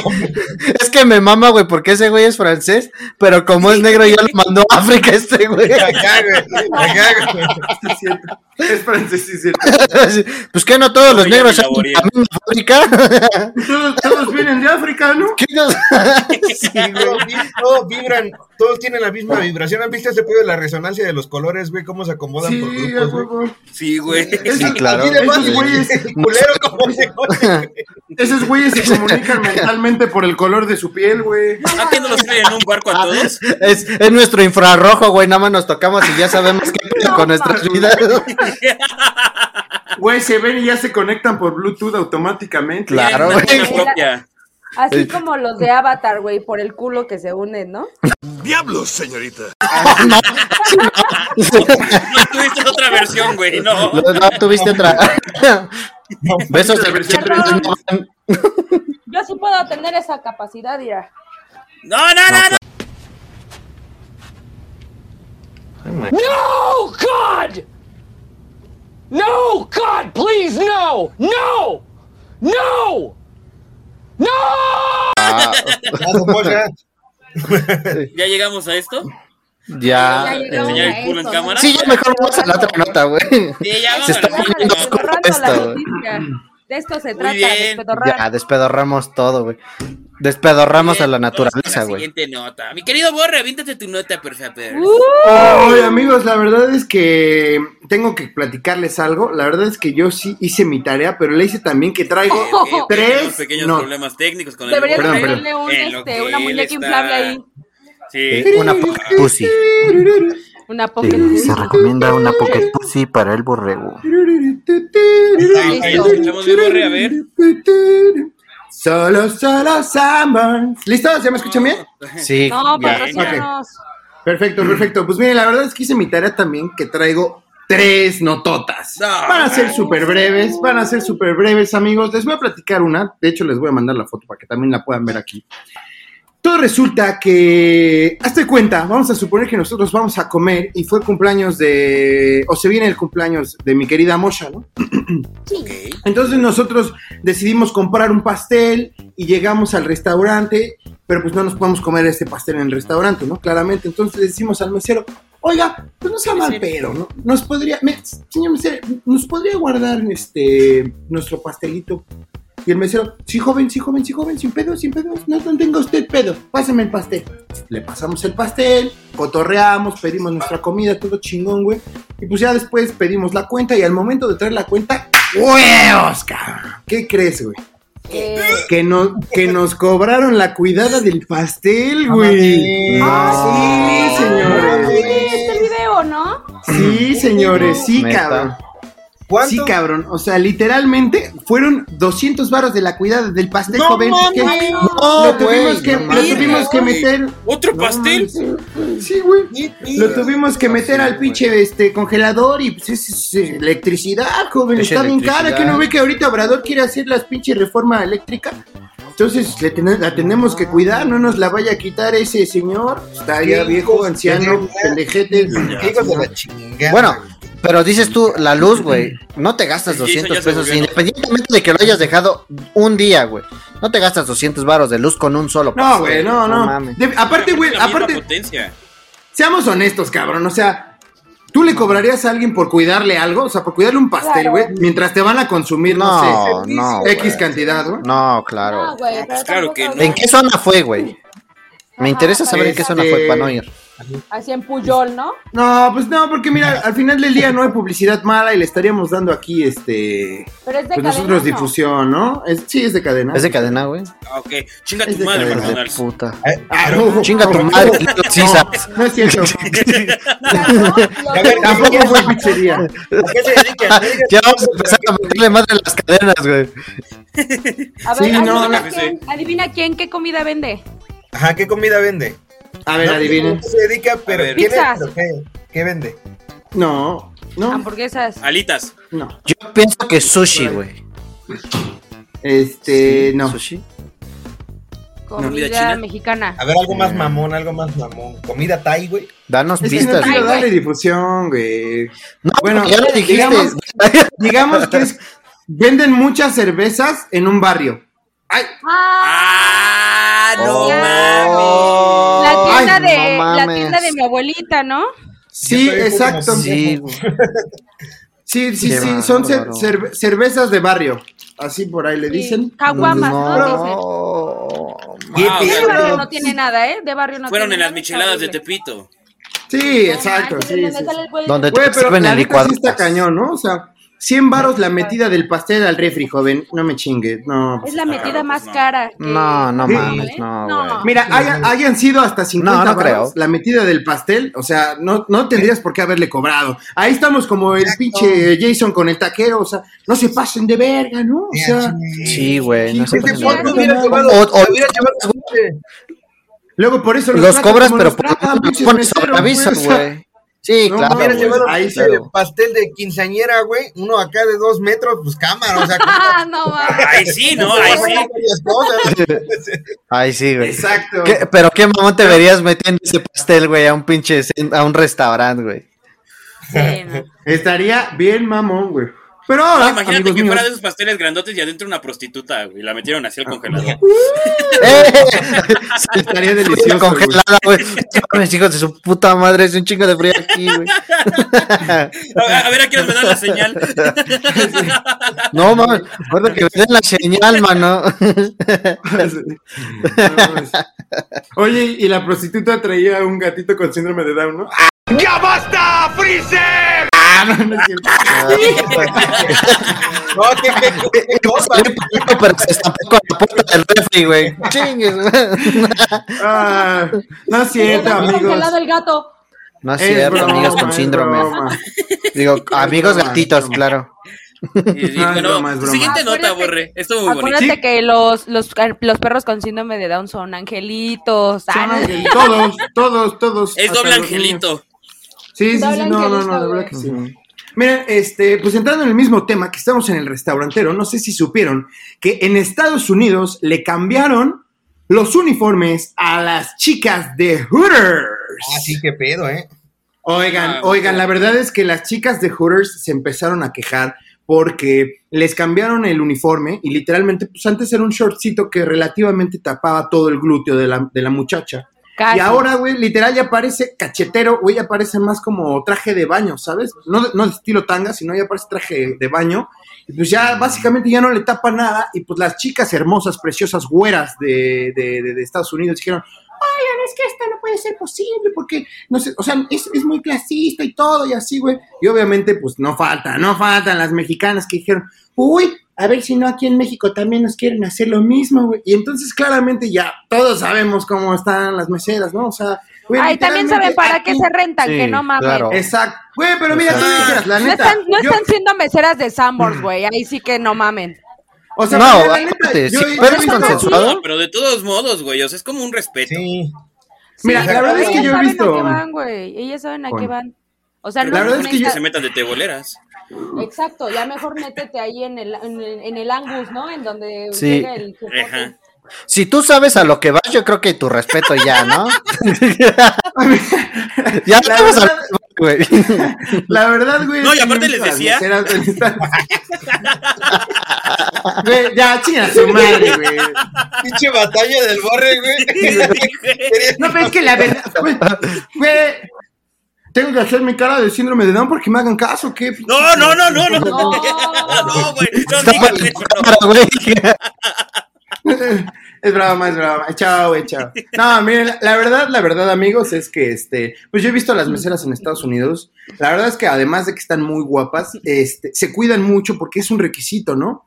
H: es que me mama, güey, porque ese güey es francés, pero como es negro ya lo mandó a África este güey.
F: Acá, güey. Acá, güey.
G: Sí, es cierto. Es francés, sí, es cierto.
H: Pues que no todos los
D: Oye,
H: negros
D: mi
H: son de
D: laboría.
H: la misma fábrica.
G: Todos, todos vienen de África, ¿no?
H: ¿Qué nos-
F: Sí, güey, vi- Todos vibran, todos tienen la misma vibración. ¿Han visto este pedo de la resonancia de los colores, güey? ¿Cómo se acomodan por
G: Sí, a
F: grupos, güey?
G: huevo.
D: Sí, güey.
F: Esos-
H: claro.
F: así de más,
G: Esos
F: güey,
G: güeyes-
F: el culero como se
G: Esos güeyes se comunican mentalmente por el color de su piel, güey.
D: ¿A qué no los traen en un barco
H: Ah,
D: a todos?
H: Es, es nuestro infrarrojo, güey, nada más nos tocamos y ya sabemos qué pedo con nuestras vidas.
G: Güey, se ven y ya se conectan por Bluetooth automáticamente.
H: Claro,
D: Una
H: güey.
D: cosa propia.
E: Así como los de Avatar, güey, por el culo que se unen, ¿no?
L: Diablos, señorita.
D: No tuviste otra versión, güey, no.
H: No, no, tuviste otra. Besos
G: la versión
H: especiales,
E: tres.
H: no,
E: Yo sí puedo tener esa capacidad, dirá.
D: No, no, no, no.
I: No, God! No, God, please, no! No! No!
H: Ah,
D: ¿Ya llegamos a esto?
H: Ya. Eh,
E: llegamos
D: ¿Enseñar el
E: a
D: culo en
E: eso,
D: cámara?
H: Sí, ya mejor vamos a la otra nota, güey.
D: Sí, ya
H: Se está
D: vámonos.
E: Déjale,
H: poniendo oscuro
E: pedorrando la
H: esto, güey.
E: noticia. De esto se
D: Muy
E: trata,
D: bien.
E: despedorrar.
H: Ya, despedorramos todo, güey. Despedorramos a la naturaleza,
D: La
H: güey.
D: siguiente nota. Mi querido Borre, avíntate tu nota, por favor.
E: Uh,
G: Ay, amigos, la verdad es que tengo que platicarles algo. La verdad es que yo sí hice mi tarea, pero le hice también que traigo
D: Ok, ok,
G: tres.
D: tenemos Pequeños
G: no.
D: problemas técnicos con el
E: Deberían
D: Borre.
G: Perdón,
E: ponerle un,
D: En Eh, lo
E: este,
D: que
E: una
D: él
E: muñeca
D: está-
E: inflable ahí.
D: Sí.
H: Eh, Una pocket pussy. Eh,
E: Una pocket pussy.
H: recomienda una pocket pussy para el borrego.
D: Ahí ahí escuchamos mi Borre, a ver.
G: Solo, solo summer. ¿Listos? ¿Ya me escuchan bien?
H: Sí,
E: No, pues,
H: ya.
E: patrocínanos.
G: Perfecto, perfecto. Pues miren, la verdad es que hice mi tarea también, que traigo tres nototas.
D: No.
G: Van a ser súper breves, van a ser súper breves, amigos. Les voy a platicar una. De hecho, les voy a mandar la foto para que también la puedan ver aquí. Todo resulta que, hazte cuenta, vamos a suponer que nosotros vamos a comer y fue cumpleaños de, o se viene el cumpleaños de mi querida Mosha, ¿no? Entonces nosotros decidimos comprar un pastel y llegamos al restaurante, pero pues no nos podemos comer este pastel en el restaurante, ¿no? Claramente. Entonces le decimos al mesero, oiga, pues no sea mal pero, ¿no? Nos podría, me- señor mesero, nos podría guardar este nuestro pastelito. Y el mesero, sí, joven, sí, joven, sí, joven, sin pedos, sin pedos, no, no tenga usted pedo, pásame el pastel. Le pasamos el pastel, cotorreamos, pedimos nuestra comida, todo chingón, güey. Y pues ya después pedimos la cuenta y al momento de traer la cuenta, ¡huevos, cabrón! ¿Qué crees, güey?
E: Eh,
G: Que, no, que nos cobraron la cuidada del pastel, güey.
H: No.
G: Ah, sí,
E: ah, sí,
G: señores.
E: este video, ¿no?
G: Sí, señores, sí,
H: Neta.
G: cabrón.
F: ¿Cuánto?
G: Sí, cabrón. O sea, literalmente fueron 200 varos de la cuidada del pastel,
F: No
G: joven. ¿Qué?
F: mames.
G: Lo
H: No,
G: tuvimos que,
H: güey, no
G: lo
H: mames.
G: tuvimos que meter.
D: ¿Otro pastel?
G: Sí, güey.
F: Ni- ni-
G: Lo tuvimos que meter al pinche este, congelador y pues es, es electricidad, joven,
H: Es
G: está bien cara, que
H: electricidad.
G: no ve que ahorita Obrador quiere hacer las pinches reforma eléctrica. Entonces le ten- la tenemos que cuidar, no nos la vaya a quitar ese señor. Está ya
F: Hijos
G: viejo,
F: de
G: anciano,
F: la-
G: pendejete.
F: Hijos de la chingada.
H: Bueno, pero dices tú, la luz, güey, no te gastas
D: Sí, eso
H: 200
D: ya se
H: pesos,
D: volvió, ¿no?
H: independientemente de que lo hayas dejado un día, güey. No te gastas 200 varos de luz con un solo
G: No, güey, no, no.
H: mames.
G: De- aparte, güey,
D: La misma
G: aparte,
D: potencia.
G: seamos honestos, cabrón. O sea, ¿Tú le cobrarías a alguien por cuidarle algo? O sea, por cuidarle un pastel,
E: Claro.
G: güey, mientras te van a consumir, no,
H: No,
G: sé,
H: no,
G: X
H: güey.
G: cantidad, güey.
H: No, claro.
E: No, güey, pero
D: claro
E: claro
D: que
E: que
H: ¿En qué zona fue, güey? Me interesa saber en qué zona fue
G: Este-
H: para no ir.
E: Así en Puyol, ¿no?
G: No, pues no, porque mira, al final del día no hay publicidad mala y le estaríamos dando aquí, este,
E: Pero es de
G: pues
E: cadena,
G: nosotros
E: ¿no?
G: difusión, ¿no? Es- sí, es de cadena.
H: Es de cadena, güey.
D: Ah, Ok, chinga tu madre,
H: Hijos de
D: McDonald's.
H: puta.
G: Ah, no.
H: Chinga tu madre, Little Caesars.
G: No es cierto.
F: A ver,
G: Tampoco fue pizzería.
F: ¿a qué se dedican?
H: Ya vamos a empezar a meterle madre a las cadenas, güey.
E: A ver,
G: Sí, no,
E: adivina,
G: la-
E: quién, adivina quién qué comida vende.
F: Ajá, ¿qué comida vende?
G: A ver,
F: No,
G: adivinen.
F: ¿qué se dedica, pero
D: ver.
F: ¿qué vende?
E: Pizzas.
F: ¿Pero ¿Qué, qué vende?
G: No,
E: Ah,
G: no,
D: Ah,
E: Hamburguesas.
D: Alitas.
G: no.
H: Yo pienso que sushi, güey.
E: pues,
G: Este, no.
H: ¿Sushi?
D: ¿Comida
E: Comida
D: china?
E: mexicana.
F: A ver, algo más mamón, algo más mamón. ¿Comida Thai, güey?
H: Danos
G: Es que no
H: pistas,
G: quiero
H: güey.
E: güey.
G: darle difusión, güey.
H: No,
G: Bueno,
H: bueno, ya lo dijiste.
G: digamos- Digamos que es- venden muchas cervezas en un barrio. Ay,
E: Ah,
D: ¡Ah, no
E: Oh.
D: mames!
E: la tienda
H: Ay,
E: de
H: no
E: la
H: mames.
E: tienda de mi abuelita, ¿no?
G: sí,
F: Yo soy un poco
G: exacto.
F: como-
H: Sí, güey.
G: Sí, sí,
H: Qué
G: sí, son cer-
H: bárbaro.
G: cerve- cervezas de barrio. Así por ahí le dicen.
E: Sí, Caguamas, ¿no? Dicen.
H: no.
F: ¿Qué
D: Ah,
E: De
F: pedo?
E: barrio no tiene nada, ¿eh? De barrio no
D: Fueron
E: tiene
D: en las
E: nada, está
D: micheladas de
E: horrible.
D: Tepito.
G: Sí,
E: No
G: exacto.
E: manches,
G: Sí,
E: donde
G: sí,
E: sale el güey-
H: Donde
G: Güey,
H: te
G: pero
H: sirven
G: la
H: el
G: neta
H: licuado.
G: sí está cañón, ¿no? O sea, 100 varos la metida del pastel al refri, joven. No me chingue, no.
E: Es la metida
D: pues
E: más
D: no.
E: cara. que-
H: No, no
E: ¿Eh?
H: mames, no, güey.
G: Mira, hayan, hayan sido hasta 50
H: No, no
G: varos
H: creo.
G: la metida del pastel, o sea, no, no tendrías por qué haberle cobrado. Ahí estamos como el pinche Jason con el taquero, o sea, no se pasen de verga, ¿no? O sea,
H: Sí, güey. No se
F: Este
H: pasen de
F: puerco
H: verga.
F: hubiera llevado-
H: O- o-
F: hubiera llevado su madre.
G: luego por eso
H: Los
G: tratan
H: cobras,
G: como
H: pero
G: los
H: por lo
G: tratan,
H: menos los
G: pinches
H: pones
G: meseros,
H: sobre aviso,
G: o sea,
H: güey. Sí,
G: no
H: claro.
G: mames,
F: Hubieras
H: güey,
F: llevado
G: ahí sí
H: claro.
F: de pastel de quinceañera, güey. Uno acá de dos metros, pues cámara, o sea.
E: Ah, no mames.
D: Ahí sí, ¿no? Ahí sí.
F: varias cosas.
H: Ay, sí, güey.
G: Exacto.
H: ¿Qué- pero qué mamón te verías metiendo ese pastel, güey, a un pinche cen- a un restaurante, güey.
E: Sí, no.
G: Estaría bien mamón, güey. Pero ahora,
D: Imagínate
G: amigos
D: que fuera
G: míos, Ah.
D: de esos pasteles grandotes y adentro una prostituta, güey. La metieron hacia el congelador.
H: ¡Eh!
G: estaría
H: Fruta
G: delicioso. güey.
H: congelada, güey. No mames, hijos de su puta madre, es un chingo de frío aquí, güey.
D: A, a ver, aquí nos dan la señal.
H: No mames, recuerda que me den la señal, mano.
G: No, es- Oye, y la prostituta traía un gatito con síndrome de Down, ¿no?
L: ¡Ya basta, Freezer!
G: Ah, no, no es cierto.
F: No, qué qué- qué cosa.
H: eh, Pero se estampó con la puerta del refri, güey. Chingues, güey.
G: Ah, no es
E: Está
G: cierto, amigos.
E: congelado el gato.
H: No es
G: Es
H: cierto,
G: broma,
H: amigos con
G: es
H: síndrome.
G: broma.
H: Digo, amigos
G: broma,
H: gatitos,
G: es broma.
H: claro.
D: Y- y
G: Ah, No, es
D: bueno,
G: broma, es broma.
D: siguiente nota,
E: Acuérdate-
D: Borre. Estuvo muy bonito.
E: Acuérdate
G: Sí.
E: que los, los, los perros con síndrome de Down son angelitos.
G: Son
E: Ah, no.
G: angel- Todos, todos, todos.
D: Es
G: hasta
D: doble
G: los niños.
D: angelito.
G: Sí, sí, sí,
E: Doble
G: no, no,
E: angelito,
G: no, la verdad
E: güey.
G: que sí. Miren, este, pues entrando en el mismo tema que estamos en el restaurantero, no sé si supieron que en Estados Unidos le cambiaron los uniformes a las chicas de Hooters.
F: Así que pedo, ¿eh?
G: Oigan,
D: Ah,
G: oigan,
D: bueno.
G: la verdad es que las chicas de Hooters se empezaron a quejar porque les cambiaron el uniforme y literalmente, pues antes era un shortcito que relativamente tapaba todo el glúteo de la, de la muchacha.
E: Casi.
G: Y ahora, güey, literal ya parece cachetero, güey, ya parece más como traje de baño, ¿sabes? No, de- no de estilo tanga, sino ya parece traje de baño. Y pues ya básicamente ya no le tapa nada. Y pues las chicas hermosas, preciosas, güeras de, de- de- de Estados Unidos dijeron, oigan, es que esto no puede ser posible porque, no sé, o sea, es, es muy clasista y todo y así, güey. Y obviamente, pues no falta, no faltan las mexicanas que dijeron, uy, a ver si no aquí en México también nos quieren hacer lo mismo, güey. Y entonces claramente ya todos sabemos cómo están las meseras, ¿no? O sea, güey.
E: Ay, también saben
G: literalmente
E: para
G: aquí-
E: qué se rentan, que
H: Sí,
E: no mames.
H: claro.
G: Exacto. Güey, pero mira, tú
H: Exacto.
G: dijeras, la
E: No
G: neta.
E: están, no
G: yo-
E: están siendo meseras de Sambors, güey. Ahí sí que no mamen.
G: o sea,
H: No,
G: mira, la
H: aparte,
G: neta, yo-
H: si
G: yo he
H: fueras
G: visto-
H: consensuado,
D: No, pero de todos modos, güey. O sea, es como un respeto.
F: Sí.
G: Mira, la
E: pero
G: verdad es que
E: ellas
G: yo he
E: saben a
G: visto.
E: qué van, güey. Ellas saben a qué
G: Bueno.
E: van. O sea,
D: Pero
E: no
G: La verdad es que yo-
D: Que
E: neta-
D: se metan de teboleras.
E: Exacto, ya mejor métete ahí en el, en el, en el Angus, ¿no? En donde
H: Sí.
E: llega el jefote.
D: Ajá.
H: Si tú sabes a lo que vas, yo creo que tu respeto ya, ¿no? ya
G: La
H: estamos
G: verdad-
H: hablando, güey.
G: La verdad, güey.
D: No,
G: es
D: y
G: que
D: aparte
G: yo he
D: les
G: visto
D: decía-
G: las meseras del Estado. Güey, ya, chinga su madre, güey.
F: Pinche batalla del borre, güey.
G: No, pero es que la verdad, güey, güey, Tengo que hacer mi cara de síndrome de Down porque me hagan caso, ¿qué?
D: No, no, no, no, no. No, Ah, no, güey. No digas eso, no.
G: es broma, es broma. Chao, güey, chao. No, miren, la- la verdad, la verdad, amigos, es que este, pues yo he visto a las meseras en Estados Unidos. La verdad es que además de que están muy guapas, este, se cuidan mucho porque es un requisito, ¿no?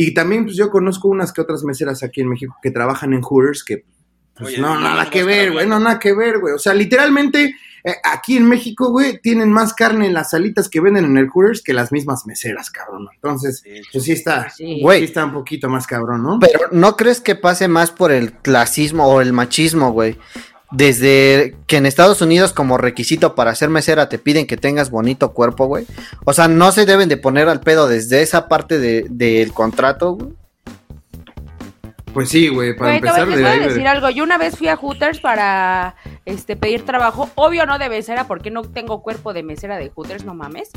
G: Y también, pues yo conozco unas que otras meseras aquí en México que trabajan en Hooters que pues
D: Oye,
G: no,
D: no,
G: nada
D: no
G: que
D: vas
G: ver,
D: para
G: güey, no, nada que ver, güey. O sea, literalmente, eh, aquí en México, güey, tienen más carne en las salitas que venden en el Hooters que las mismas meseras, cabrón. Entonces, pues sí está, sí
H: Güey.
G: está un poquito más cabrón, ¿no?
H: Pero ¿no crees que pase más por el clasismo o el machismo, güey? Desde que en Estados Unidos como requisito para ser mesera te piden que tengas bonito cuerpo, güey. O sea, no se deben de poner al pedo desde esa parte de- del contrato, güey.
G: Pues sí, güey, para
E: Güey,
G: empezar
E: cabrón, les
G: de
E: voy
G: ahí.
E: a decir
G: güey.
E: algo. Yo una vez fui a Hooters para este, pedir trabajo. Obvio no de mesera porque no tengo cuerpo de mesera de Hooters, no mames.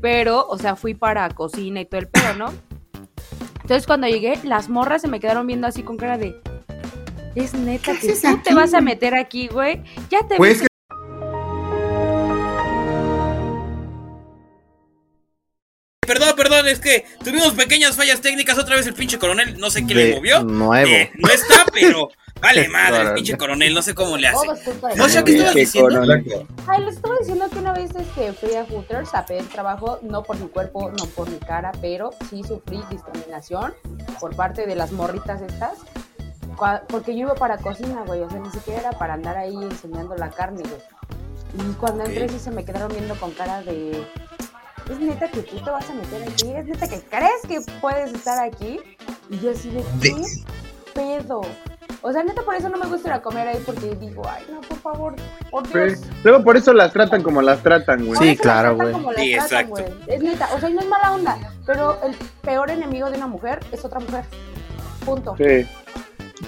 E: Pero, o sea, fui para cocina y todo el pedo, ¿no? Entonces cuando llegué, las morras se me quedaron viendo así con cara de... Es neta que tú te vas a meter aquí, güey. Ya te
G: Pues
E: vi
G: es
E: que
D: Perdón, perdón, es que tuvimos pequeñas fallas técnicas. Otra vez el pinche coronel, no sé qué
H: De
D: le movió.
H: nuevo.
D: Eh, no está, pero vale madre el
H: Claro.
D: pinche coronel, no sé cómo le hace.
E: todo es culpa de-
D: No sé qué estabas
K: Pinche
D: diciendo.
K: coronel.
E: Ay, les estaba diciendo que una vez este, fui a Hooters a pedir trabajo, no por mi cuerpo, no por mi cara, pero sí sufrí discriminación por parte de las morritas estas. cua- Porque yo iba para cocina, güey, o sea, ni siquiera era para andar ahí enseñando la carne, güey. Y cuando entré sí se me quedaron viendo con cara de... Es neta que tú te vas a meter aquí, es neta que crees que puedes estar aquí. Y yo así de...
F: De-
E: ¿qué pedo? O sea, neta, por eso no me gusta ir a comer ahí, porque digo, ay, no, por favor, por Dios.
K: Luego por eso las tratan como las tratan, güey.
E: Por eso las
H: claro,
E: tratan
H: güey.
E: como las
K: Sí,
E: tratan,
K: exacto.
E: güey. Es neta, o sea, y no es mala onda, pero el peor enemigo de una mujer es otra mujer. Punto.
K: Sí.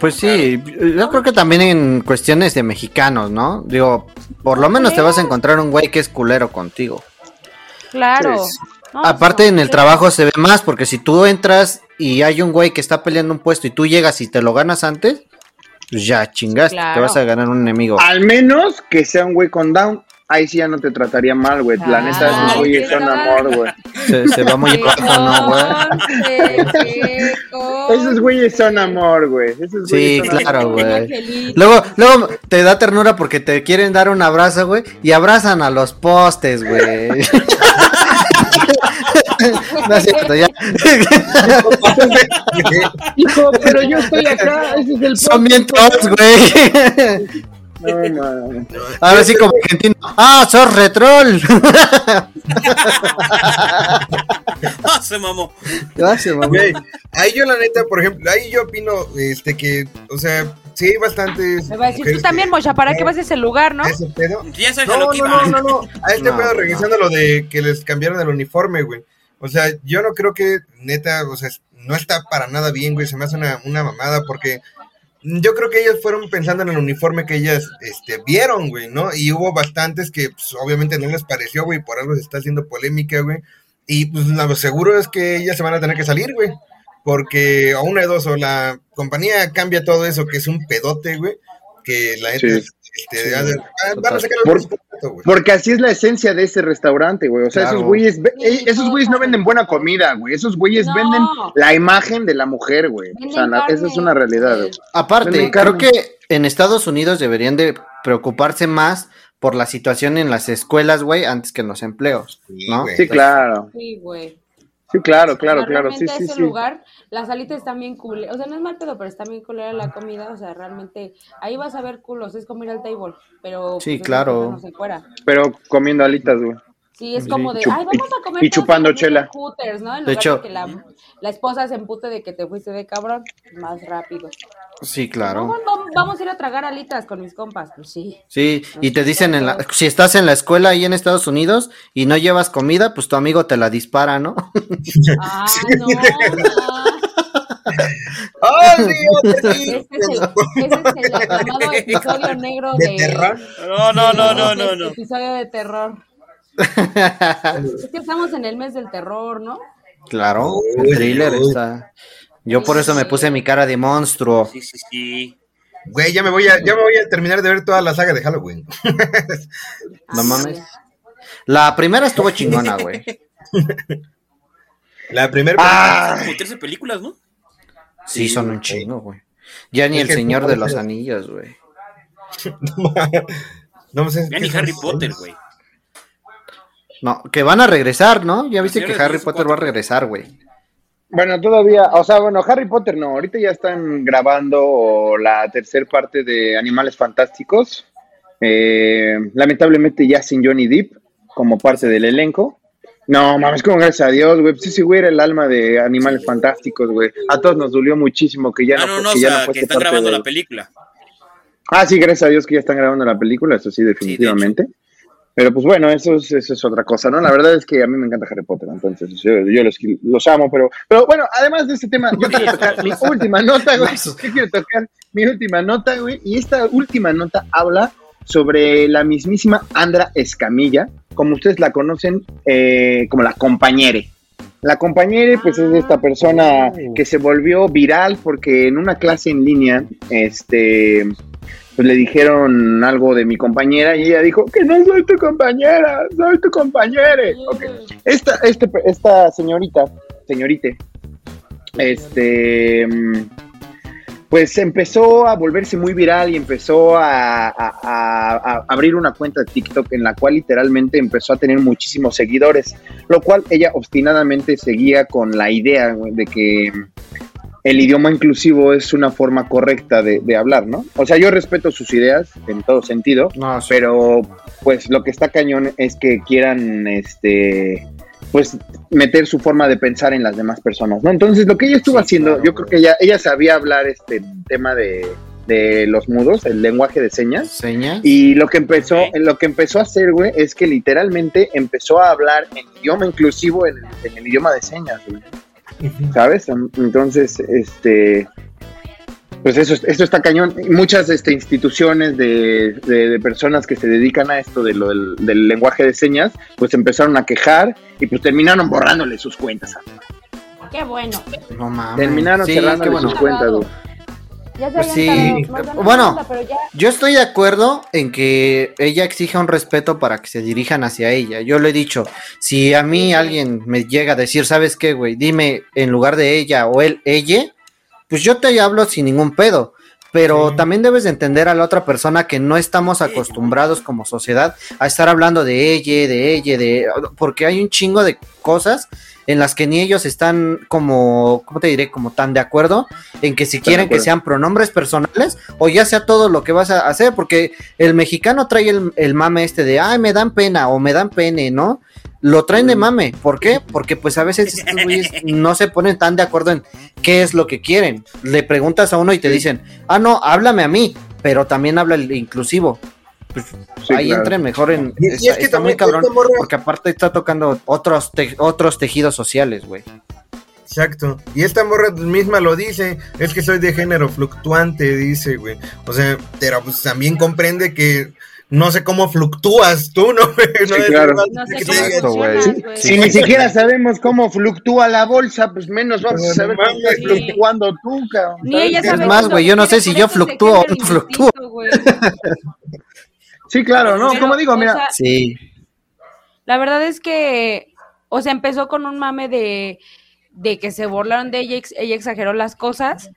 H: Pues sí, yo creo que también en cuestiones de mexicanos, ¿no? Digo, por lo menos te vas a encontrar un güey que es culero contigo.
E: Claro.
H: Pues, Aparte en el trabajo se ve más, porque si tú entras y hay un güey que está peleando un puesto y tú llegas y te lo ganas antes, pues ya chingaste, te
E: Claro.
H: vas a ganar un enemigo.
G: Ah.
K: Al menos que sea un güey con down, ahí sí ya no te trataría mal, güey. La neta,
E: Ah,
H: Ay,
K: esos
H: qué
K: güeyes son
H: tal.
K: amor, güey.
H: Se, se va muy abajo, ¿no, güey?
K: Esos güeyes son amor, güey. Esos
H: Sí,
K: güeyes son
H: claro,
K: amor.
H: güey. Luego, luego te da ternura porque te quieren dar un abrazo, güey, y abrazan a los postes, güey. no es cierto, ya.
K: Hijo, pero yo estoy acá, ese es el
H: Son bien trolls, güey.
K: No, no.
H: Ahora sí como argentino. ¡Ah, sos retrol!
D: Ah, se mamó.
H: Gracias, mamá.
F: Güey, ahí yo la neta, por ejemplo, ahí yo opino este que, o sea, sí hay bastantes
E: Me va a decir, tú
F: mujeres
E: también, Mocha, ¿para qué vas a ese lugar, no?
F: que- ese pedo.
D: Ya sabes a
F: No,
D: lo que
F: no,
D: iba.
F: no, no, no. A este
H: No,
F: pedo,
H: no.
F: regresando a lo de que les cambiaron el uniforme, güey. O sea, yo no creo que, neta, o sea, no está para nada bien, güey. Se me hace una, una mamada porque yo creo que ellos fueron pensando en el uniforme que ellas este, vieron, güey, ¿no? Y hubo bastantes que, pues, obviamente no les pareció, güey, por algo se está haciendo polémica, güey. Y pues lo seguro es que ellas se van a tener que salir, güey. Porque a una de dos, o la compañía cambia todo eso, que es un pedote, güey, que la gente
K: Sí.
F: este, ha de- ah, van a
H: Total.
F: sacar
K: Por-
F: el contrato, güey.
K: Porque así es la esencia de ese restaurante, güey. O sea,
F: Claro.
K: esos güeyes, ve- eh, esos güeyes no venden buena comida, güey. Esos güeyes
E: No.
K: venden la imagen de la mujer, güey. O sea,
E: Venden
K: la- esa
E: carne.
K: es una realidad, güey.
H: Aparte,
K: Venden
H: creo
K: carne.
H: que en Estados Unidos deberían de preocuparse más por la situación en las escuelas, güey, antes que en los empleos, ¿no?
F: güey.
K: Sí, claro.
E: Sí, güey.
K: Sí, claro, claro,
E: O sea,
K: claro. Sí,
E: realmente
K: sí,
E: ese
K: sí.
E: lugar, las alitas están bien cool. O sea, no es mal pedo, pero está bien culera la comida. O sea, realmente, ahí vas a ver culos, es comer al table. Pero pues,
H: Sí,
E: esas
H: claro.
E: cosas No se fuera.
K: Pero comiendo alitas, güey.
E: Sí, es como de,
K: Chup-
E: ay, vamos a comer.
K: y
E: todos
K: chupando
E: en el
K: chela.
E: Hooters, ¿no? En
H: De
E: lugar
H: hecho-
E: que la, la esposa se empute de que te fuiste de cabrón, más rápido.
H: Sí,
E: No,
H: claro.
E: vamos, vamos a ir a tragar alitas con mis compas, pues sí.
H: Sí, y te dicen, en la, si estás en la escuela ahí en Estados Unidos y no llevas comida, pues tu amigo te la dispara, ¿no?
E: Ah, no. ma.
F: ¡Ah, sí, otra sí!
E: Este es el, este es el llamado episodio negro
F: De
E: de.
F: terror.
D: No, no, no, no, no, no.
E: Episodio de terror. Es que estamos en el mes del terror, ¿no?
H: Claro,
F: Uy,
H: el thriller
F: uy.
H: está. Yo por eso me puse mi cara de monstruo.
D: Sí, sí, sí.
F: Güey, ya me voy a, ya me voy a terminar de ver toda la saga de Halloween.
H: No mames. La primera estuvo chingona, güey.
F: La primera.
D: Ah, como 13 películas, ¿no?
H: Sí, son un chingo, güey. Ya ni
D: Es
H: el
D: que-
H: Señor de los Anillos, güey.
F: No sé.
D: Ya ni Harry Potter, güey.
H: No, que van a regresar, ¿no? Ya viste
G: El
H: que
G: Señor de
H: Harry
G: los
H: Potter va a regresar, güey.
G: Bueno, todavía, o sea, bueno, Harry Potter no, ahorita ya están grabando la tercer parte de Animales Fantásticos, eh, lamentablemente ya sin Johnny Depp como parte del elenco. No, mames, como gracias a Dios, güey, pues ese güey era el alma de Animales Fantásticos, güey. A todos nos dolió muchísimo que ya
D: Ah,
G: no,
D: no, no, o
G: que ya
D: sea,
G: no
D: que
G: fuese
D: están
G: parte
D: grabando
G: del-
D: la película.
G: Ah, sí, gracias a Dios que ya están grabando la película, eso sí, definitivamente. Pero pues bueno, eso es, eso es otra cosa, ¿no? La verdad es que a mí me encanta Harry Potter, entonces yo, yo los, los amo, pero, pero bueno, además de este tema, yo quiero tocar mi última nota, güey. Yo quiero tocar mi última nota, güey. Y esta última nota habla sobre la mismísima Andra Escamilla, como ustedes la conocen, eh, como la compañere. La compañera, pues, es esta persona que se volvió viral porque en una clase en línea, este, pues le dijeron algo de mi compañera y ella dijo que no soy tu compañera, soy tu compañere. Ok. Esta, este- esta señorita, señorite, este, mm, pues empezó a volverse muy viral y empezó a, a- a- a abrir una cuenta de TikTok en la cual literalmente empezó a tener muchísimos seguidores, lo cual ella obstinadamente seguía con la idea güey, de que el idioma inclusivo es una forma correcta de, de hablar, ¿no? O sea, yo respeto sus ideas en todo sentido, pero pues lo que está cañón es que quieran, este, pues meter su forma de pensar en las demás personas, ¿no? Entonces, lo que ella estuvo haciendo, yo creo que ella, ella sabía hablar este tema de, de los mudos, el lenguaje de señas.
H: Señas.
G: Y lo que empezó, lo que empezó a hacer, güey, es que literalmente empezó a hablar en idioma inclusivo, en, el- en el idioma de señas, güey. ¿sabes? Em, Entonces, este, pues eso, esto está cañón. Muchas este, instituciones de, de- de personas que se dedican a esto de lo del, del lenguaje de señas, pues empezaron a quejar y pues terminaron borrándole sus cuentas.
E: Qué bueno.
H: No mames.
G: Terminaron
H: Sí,
G: cerrándole
H: qué bueno.
G: sus cuentas, güey.
E: Ya se
H: Pues
E: habían
H: sí.
E: tardado, más de una
H: Bueno.
E: ronda, pero ya-
H: Yo estoy de acuerdo en que ella exija un respeto para que se dirijan hacia ella. Yo lo he dicho, si a mí alguien me llega a decir, ¿sabes qué, güey? Dime en lugar de ella o él, ella, pues yo te hablo sin ningún pedo. Pero también debes de entender a la otra persona que no estamos acostumbrados como sociedad a estar hablando de ella, de ella, de... Porque hay un chingo de cosas en las que ni ellos están como, ¿cómo te diré? Como tan de acuerdo en que si
G: Tan de
H: quieren que
G: acuerdo.
H: sean pronombres personales o ya sea todo lo que vas a hacer, porque el mexicano trae el, el mame este de, ay, me dan pena o me dan pene, ¿no? Lo traen
G: Mm.
H: de mame, ¿por qué? Porque pues a veces estos güeyes no se ponen tan de acuerdo en qué es lo que quieren. Le preguntas a uno y te dicen, ah, no, háblame a mí, pero también habla el inclusivo. Pues,
G: Sí,
H: ahí
G: claro.
H: entren mejor en...
F: Y- y
H: está-
F: es que
H: está muy
F: también
H: cabrón,
F: esta morra-
H: porque aparte está tocando otros, te- otros tejidos sociales, güey.
F: Exacto. Y esta morra misma lo dice, es que soy de género fluctuante, dice, güey. O sea, pero pues también comprende que no sé cómo fluctúas tú, ¿no?
G: Sí, claro.
F: No
G: sé
F: cómo
H: Exacto, güey.
G: Si ni siquiera sabemos cómo fluctúa la bolsa, pues menos vamos a saber cómo estás fluctuando tú, cabrón.
E: Ni ella
H: Es más, güey, yo no sé si yo fluctúo o no fluctúo.
G: Sí, claro, ¿no? Como digo, mira.
H: Sí.
E: La verdad es que, o sea, empezó con un mame de, de que se burlaron de ella, ex- ella exageró las cosas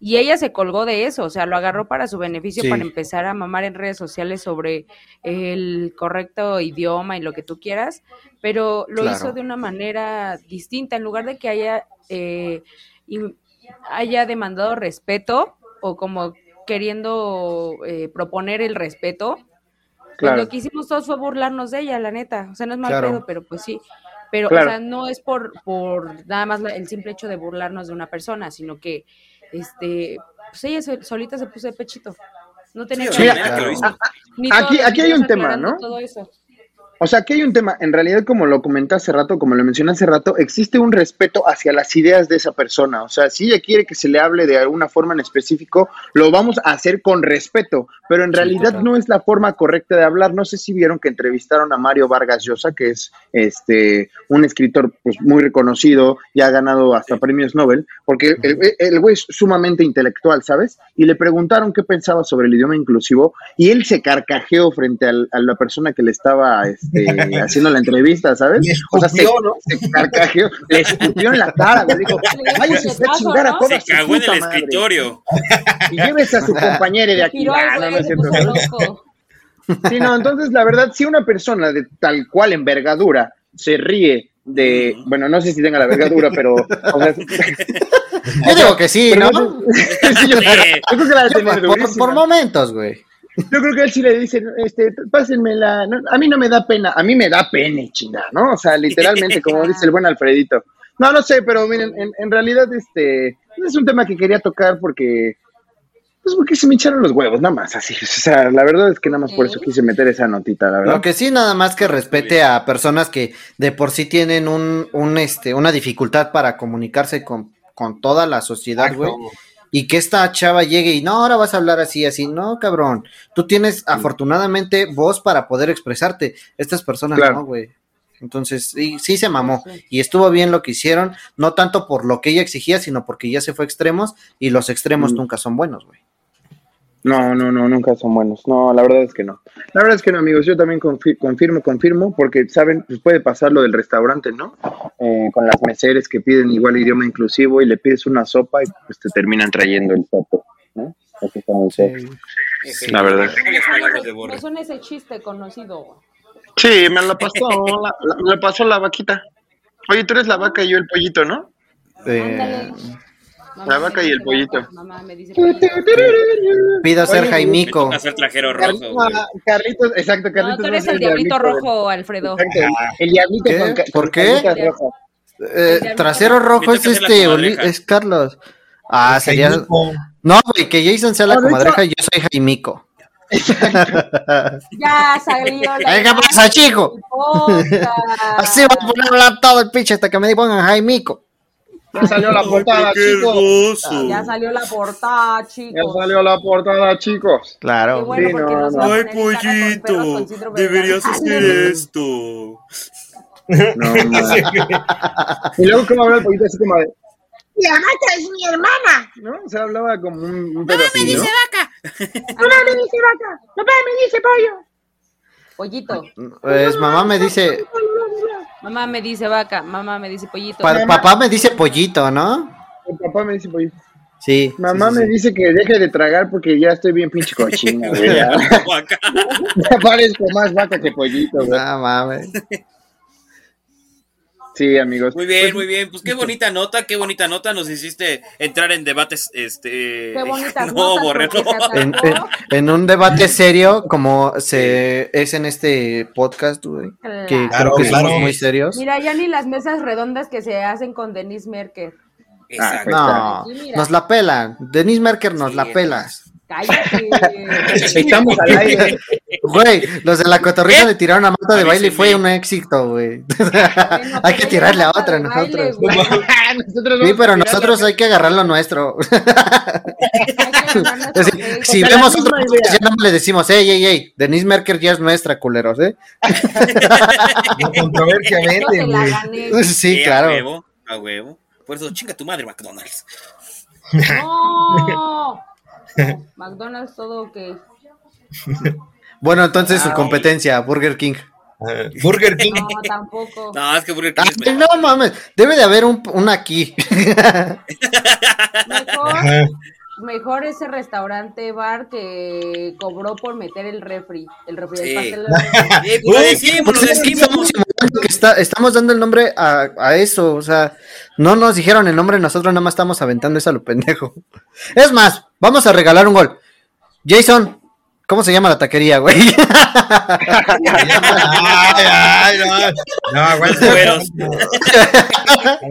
E: y ella se colgó de eso, o sea, lo agarró para su beneficio,
M: Sí.
E: para empezar a mamar en redes sociales sobre el correcto idioma y lo que tú quieras, pero lo
M: Claro.
E: hizo de una manera distinta, en lugar de que haya, eh, y- haya demandado respeto o como queriendo eh, proponer el respeto, pues
G: Claro.
E: Lo que hicimos todos fue burlarnos de ella, la neta. O sea, no es mal
G: Claro.
E: pedo, pero pues sí. Pero,
G: Claro.
E: o sea, no es por, por nada más la- el simple hecho de burlarnos de una persona, sino que, este, pues ella se- solita se puso de pechito. No tenía
G: Sí,
E: que
G: mira,
E: haber-
G: claro.
E: Ah, ni
G: Aquí-
E: todos los
G: aquí hay
E: videos
G: un tema,
E: aclarando
G: ¿no?
E: todo eso.
G: O sea, aquí hay un tema, en realidad como lo comenté hace rato, como lo mencioné hace rato, existe un respeto hacia las ideas de esa persona. O sea, si ella quiere que se le hable de alguna forma en específico, lo vamos a hacer con respeto, pero en realidad no es la forma correcta de hablar. No sé si vieron que entrevistaron a Mario Vargas Llosa, que es este un escritor pues, muy reconocido y ha ganado hasta premios Nobel, porque el, el güey es sumamente intelectual, ¿sabes? Y le preguntaron qué pensaba sobre el idioma inclusivo y él se carcajeó frente al- a la persona que le estaba este, este, haciendo la entrevista, ¿sabes? o sea, se, se carcajeó, le escupió en la cara, güey. Dijo, váyase usted a chingar a
D: Se
G: toda su
D: cagó en
G: puta
D: el
G: madre.
D: escritorio.
G: Y llévese a su compañero de aquí.
D: Tiró
G: Ah,
D: al
G: no,
D: güey,
G: no es
D: se
G: cierto. Sí, no, entonces la verdad, si una persona de tal cual envergadura se ríe de, bueno, no sé si tenga la envergadura, pero... o sea,
H: Yo digo que sí,
G: Pero
H: ¿no?
G: sí, yo, yo creo que la ha de tener
H: Por- por,
G: durísima.
H: por momentos, güey.
G: Yo creo que él sí le dice, este, pásenme la, no, a mí no me da pena, a mí me da pene, chinga, ¿no? O sea, literalmente, como dice el buen Alfredito. No, no sé, pero miren, en, en realidad, este, es un tema que quería tocar porque, pues porque se me echaron los huevos, nada más, así. O sea, la verdad es que nada más por eso quise meter esa notita, la verdad.
H: Lo que sí, nada más que respete a personas que de por sí tienen un, un, este, una dificultad para comunicarse con, con toda la sociedad, güey. Y que esta chava llegue y no, ahora vas a hablar así, así. No, cabrón. Tú tienes afortunadamente voz para poder expresarte. Estas personas
G: Claro.
H: no, güey. Entonces, sí, sí se mamó. Y estuvo bien lo que hicieron, no tanto por lo que ella exigía, sino porque ya se fue a extremos y los
G: Mm.
H: extremos nunca son buenos, güey.
G: No, no, no, nunca son buenos. No, la verdad es que no. La verdad es que no, amigos. Yo también confi- confirmo, confirmo, porque saben, pues puede pasar lo del restaurante, ¿no? Eh, con las meseres que piden igual idioma inclusivo y le pides una sopa y pues te terminan trayendo el plato, ¿no? Así está muy feo. La verdad.
E: Me pues, suena ese chiste conocido. güey.
G: Sí, me la pasó, la, la- me la pasó la vaquita. Oye, tú eres la vaca y yo el pollito, ¿no?
E: Ándale.
G: La vaca y el pollito.
E: Mamá me dice,
H: Pido ser
G: Oye,
H: Jaimico.
D: Va a ser trajero rojo, güey.
G: Ah, Carlitos, exacto,
E: no,
G: Carlitos.
E: tú
G: va a
E: eres
G: ser
E: el diablito
G: diablito,
E: rojo, Alfredo.
G: Exacto, el diablito
H: ¿Qué?
G: con ca-
H: ¿Por
G: con
H: qué?
G: caritas rojas.
H: Eh, trasero rojo
G: Me
H: es
G: toca hacer la
H: este, Oli-
G: comadreja.
H: es Carlos. Ah, sería. No, güey, que Jason sea la
E: No, Oh, de
H: comadreja y yo soy Jaimico.
E: Ya salió la.
H: ¿Qué
G: pues.
H: pasa, chico?
E: Posta.
H: pues, Así va a poder hablar todo el pinche hasta que me pongan Jaimico.
G: Ya salió la portada, chicos.
E: Ya salió la portada,
G: Ya
E: chicos.
G: salió la portada, chicos.
E: Qué
H: Claro.
E: bueno,
G: Sí,
E: porque
G: no,
E: nos
G: no.
E: va a
G: Ay,
E: poner cara con perros con síndrome de
D: Deberías
E: Down.
D: hacer esto.
G: No, no. y luego, ¿cómo habla el pollito así como de.
N: La vaca es mi hermana.
G: No, se hablaba como un, un pedo así, ¿no?
N: vaca. Mamá me dice vaca. Papá me dice pollo.
E: Pollito.
H: Pues mamá me dice.
E: Mamá me dice vaca, mamá me dice pollito.
H: pa- papá me dice pollito, ¿no?
G: Mi papá me dice, pues, "Oye,
H: Sí.
G: mamá me dice que deje de tragar porque ya estoy bien pinche cochina, güey. Ya, Ya parezco más vaca que pollito, güey.
H: Ah, mames.
G: Sí, amigos.
D: Muy bien, muy bien. Pues qué bonita nota, qué bonita nota. Nos hiciste entrar en debates, este...
E: Qué bonitas
D: No,
E: notas,
D: Borre,
E: porque
D: no.
E: se
H: En,
E: atascó.
H: en- en un debate serio, como se es en este podcast, güey, que
F: Claro,
H: creo que
F: claro.
H: somos muy serios.
E: Mira, ya ni las mesas redondas que se hacen con Denise Merker.
H: Ah,
D: Exacto.
H: no,
E: Aquí, mira.
H: nos la pelan. Denise Merker nos la pela.
E: Cállate.
G: Estamos al aire.
H: Güey, los de la cotorrilla le tiraron una mata de baile y fue un éxito, güey. hay que tirarle a otra
E: de baile,
H: nosotros.
E: güey.
G: Nosotros vamos
H: Sí, pero
G: a tirar
H: nosotros hay que agarrar lo nuestro.
E: nuestro Facebook.
H: Si- si
G: O sea, la
H: vemos
G: misma
H: otro,
G: idea.
H: ya no le decimos, ey, ey, ey, Denise Merker ya es nuestra, culeros, ¿eh?
F: No,
E: Yo te
F: controversiamente,
E: la
F: güey.
E: gané.
H: Sí,
D: Eh, A
H: claro.
D: huevo, a huevo. Por eso, chinga tu madre, McDonald's.
E: No. No, McDonald's todo ok.
H: Bueno, entonces su competencia, Burger King.
F: Ah, Burger King.
E: No, tampoco.
D: No, es que Burger King
H: Ay,
D: es mejor.
H: Ah, no mames, debe de haber un, un aquí.
E: Mejor, mejor ese restaurante bar que cobró por meter el refri, el refri del
D: Sí.
E: pastel.
D: Eh, pues, lo decimos,
H: Pues
D: lo
H: es que
D: decimos.
H: estamos simulando que está- estamos dando el nombre a, a eso, o sea, no nos dijeron el nombre, nosotros nada más estamos aventando eso a lo pendejo. Es más, vamos a regalar un gol. Jason, ¿cómo se llama la taquería, güey?
F: Ay, ay, no. No, aguanta.
D: Güeros.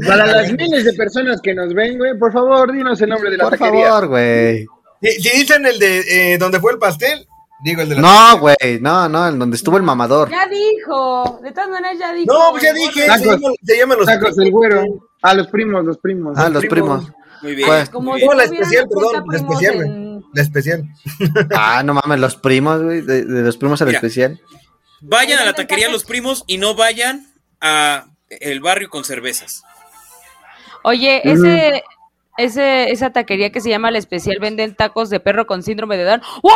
G: Para
K: Pues
G: las miles de personas que nos ven, güey, por favor, dinos el nombre de la
H: Por
G: taquería.
H: favor, güey.
F: Si, si dicen el de eh, donde fue el pastel, digo el de la.
H: No, güey, no, no, en donde estuvo el mamador.
E: Ya dijo, de todas maneras ya dijo.
F: No, pues ya dije, se
G: Tacos.
F: llaman, se llaman los
G: Tacos del güero. A los primos, los primos.
H: Ah, los primos.
D: Muy bien.
H: Pues-
E: Como si
F: No, la
E: tuvieran
F: especial,
E: 50
F: perdón, la
E: primos
F: especial, güey.
E: en-
F: La especial.
H: Ah, no mames, los primos, güey, de, de los primos al
D: Mira.
H: especial.
D: Vayan a la taquería los primos y no vayan a el barrio con cervezas.
E: Oye, ese, ese, esa taquería que se llama La Especial venden tacos de perro con síndrome de Down. ¡Wow!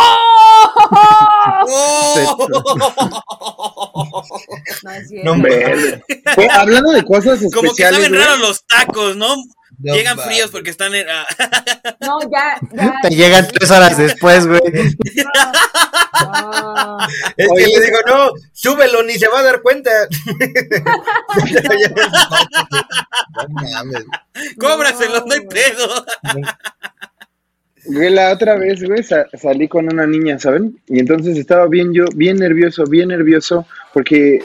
E: Oh.
K: No, hombre. Pues, hablando de cosas especiales.
D: Como que saben
K: güey.
D: raros los tacos, ¿no?
K: No
D: Llegan
K: mames.
D: fríos porque están en- ah,
E: No, ya, ya.
H: Te llegan tres horas después, güey.
F: Es que le digo, no, súbelo, ni se va a dar cuenta.
D: cóbraselo, no hay pedo.
K: Güey, la otra vez, este güey, sa- salí con una niña, ¿saben? Y entonces estaba bien yo, bien nervioso, bien nervioso, porque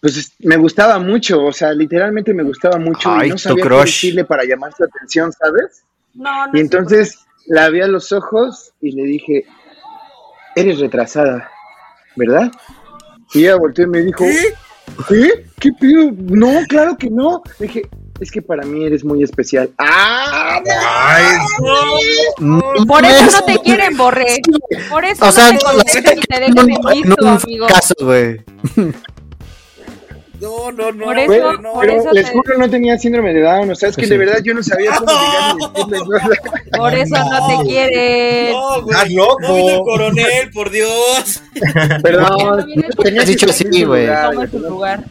K: pues es- me gustaba mucho, o sea, literalmente me gustaba mucho y
H: Ay,
K: no
H: tu
K: sabía qué
H: crush.
K: decirle para llamar su atención, ¿sabes?
E: No,
D: Ah,
E: no.
K: Y entonces la vi a los ojos y le dije, eres retrasada, ¿verdad? Y ella volteó y me dijo, ¿qué? ¿Qué pido? No, claro que no. Le dije, es que para mí eres muy especial. ¡Ah!
E: Por eso no te quieren, Borré. Por eso
H: O sea,
E: no
H: la
E: te
H: neta
E: quieren y te dejan en
H: en
E: visto,
H: un
E: amigo.
H: caso, güey.
D: No, no, no.
E: Por
K: Güey,
E: eso, por
K: pero
E: eso
K: les
E: te-
K: juro no tenía síndrome de Down, o sea, es que de verdad yo no sabía cómo llegar y decirles nada.
E: Por eso no te quieren.
D: No, güey.
F: Estás
D: No vino el
F: loco.
D: coronel, por Dios.
K: Perdón, tenía
H: Has
K: que
H: dicho
K: suplir
H: sí,
K: su
H: güey.
K: lugar,
E: Toma tu lugar.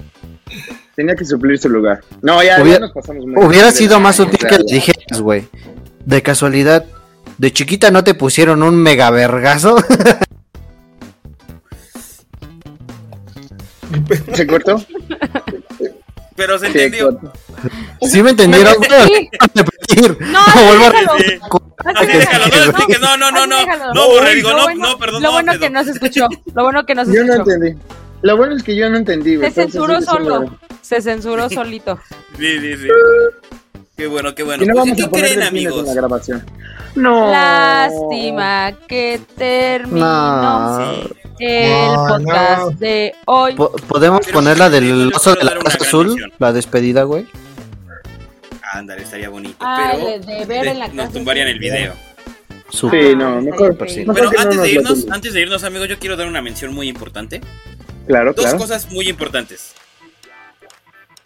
K: Tenía que suplir su lugar. No, ya, ya
H: Hubiera-
K: nos pasamos muy
H: Hubiera
K: bien.
H: sido más
K: Ya,
H: útil
K: ya,
H: que le
K: ya.
H: dijeras, güey. De casualidad, ¿de chiquita no te pusieron un mega vergazo?
K: ¿Se cortó?
D: Pero se
K: Se
D: entendió.
K: cortó.
H: ¿Sí me entendieron?
E: Sí.
H: güey? Repetir.
E: No,
H: Lo vuelvo a
E: déjalo.
H: repetir.
E: Así
H: Que sí,
D: Déjalo, no lo
H: güey.
D: expliques. No, no, no,
E: Así
D: no.
E: déjalo.
D: No, Borre, digo,
E: Lo
D: no,
E: bueno-
D: no, perdón.
E: Lo
D: no,
E: bueno que
D: pedo.
E: no se escuchó. Lo bueno que no se
K: Yo no
E: escuchó.
K: entendí. Lo bueno es que yo no entendí, güey.
E: Se
K: entonces
E: censuró
K: sí, sí, sí,
E: solo.
K: güey.
E: Se censuró solito.
D: Sí, sí, sí. Qué bueno, qué bueno.
K: Y no
D: Pues, ¿y
K: vamos a
D: ¿Qué
K: poner
D: creen,
K: delfines en
D: amigos?
K: la grabación. No.
E: Lástima que terminó
H: No.
E: el
F: No,
E: podcast
F: no.
E: de hoy.
H: Po- ¿Podemos
D: Pero
H: poner la
D: sí, yo
H: del
D: les
H: oso
D: quiero
H: de la
D: dar una
H: casa
D: gran
H: azul?
D: lección.
H: La despedida, güey.
D: Ándale, estaría bonito.
E: Ah,
D: Pero
E: de- de ver en la
D: nos
E: clase.
D: tumbarían el video.
H: Súper.
K: Sí, no, mejor.
E: Pero
K: mejor
D: Pero
K: que no
D: antes
K: nos
D: de
K: lo
D: irnos,
K: tumben.
D: antes de irnos, amigos, yo quiero dar una mención muy importante.
K: Claro,
D: Dos
K: claro.
D: cosas muy importantes.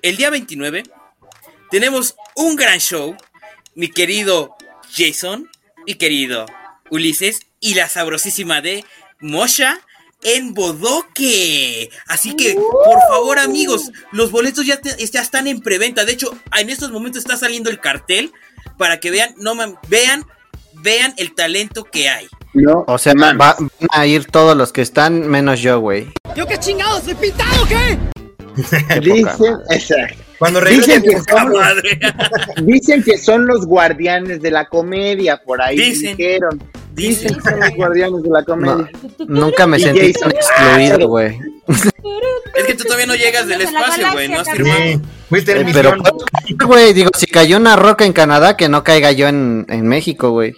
D: El día 29 tenemos un gran show, mi querido Jason, mi querido Ulises y la sabrosísima de Mosha en Bodoque. Así que, por favor, amigos, los boletos ya, te- ya están en preventa. De hecho, en estos momentos está saliendo el cartel para que vean, no mam- vean, vean el talento que hay.
K: No,
H: O sea,
K: mames.
H: va- van a ir todos los que están, menos yo, güey. eh,
K: Dicen, exacto.
F: Cuando
K: Dicen
F: regresen,
K: que, son,
D: Madre.
K: dicen que son los guardianes de la comedia, por ahí
D: Dicen.
K: dijeron.
D: Dicen.
K: Dicen que son los guardianes de la comedia.
H: No, nunca me
K: Y
H: sentí
K: Jason.
H: tan excluido, güey.
D: Es que tú todavía no llegas del
E: De la
D: espacio, güey. No has
E: galaxia,
D: firmado.
F: Sí, fuiste
H: Eh,
F: en
H: pero,
F: misión.
H: güey, digo, si cayó una roca en Canadá, que no caiga yo en, en México, güey.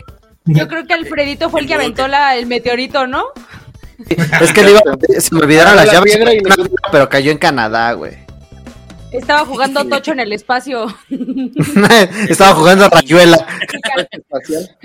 E: Yo creo que Alfredito fue el que aventó la, el meteorito, ¿no?
H: Es que le iba- se me olvidaron
K: Agarró
H: las
K: la
H: llaves,
K: piedra y le-
H: pero cayó en Canadá, güey.
E: Estaba jugando tocho en el espacio.
H: Estaba jugando a Rayuela.
K: espacial.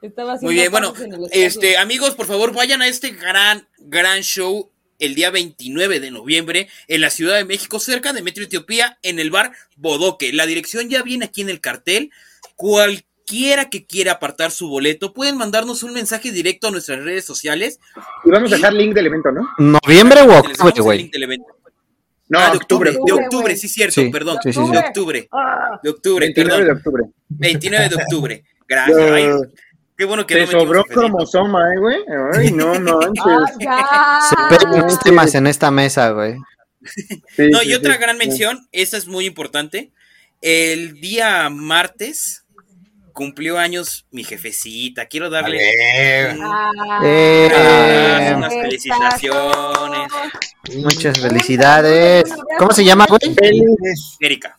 E: Estaba haciendo
D: Muy bien, bueno,
E: cosas en el espacio.
D: este, amigos, por favor, vayan a este gran, gran show el día 29 de noviembre en la Ciudad de México, cerca de Metro Etiopía, en el bar Bodoque. La dirección ya viene aquí en el cartel. Cualquiera que quiera apartar su boleto, pueden mandarnos un mensaje directo a nuestras redes sociales.
K: Y vamos a dejar link del evento, ¿no?
H: ¿Noviembre o
D: Les dejamos
H: octubre,
D: el
H: Oh, güey?
D: link del evento.
K: No,
D: Ah, de octubre, de
E: octubre,
D: octubre,
E: güey.
D: sí, cierto,
H: Sí,
D: perdón.
H: sí, sí, sí.
D: De octubre, de octubre,
K: 29
D: perdón.
K: de octubre.
D: 29 de octubre. Gracias. Ay, qué bueno que
K: Te
D: no metimos
K: sobró
D: a Federico.
K: cromosoma, ¿eh, güey? Ay, no, no.
E: Ah,
H: Se
E: ya.
H: pegan los temas en esta mesa, güey.
D: No, y otra gran mención, esta es muy importante. El día martes cumplió años mi jefecita. Quiero darle
F: Vale.
D: un-
E: Ah,
H: Eh,
D: Ah, unas
E: eh,
D: felicitaciones.
H: Muchas felicidades. ¿Cómo se llama, güey?
K: Feliz.
D: Erika,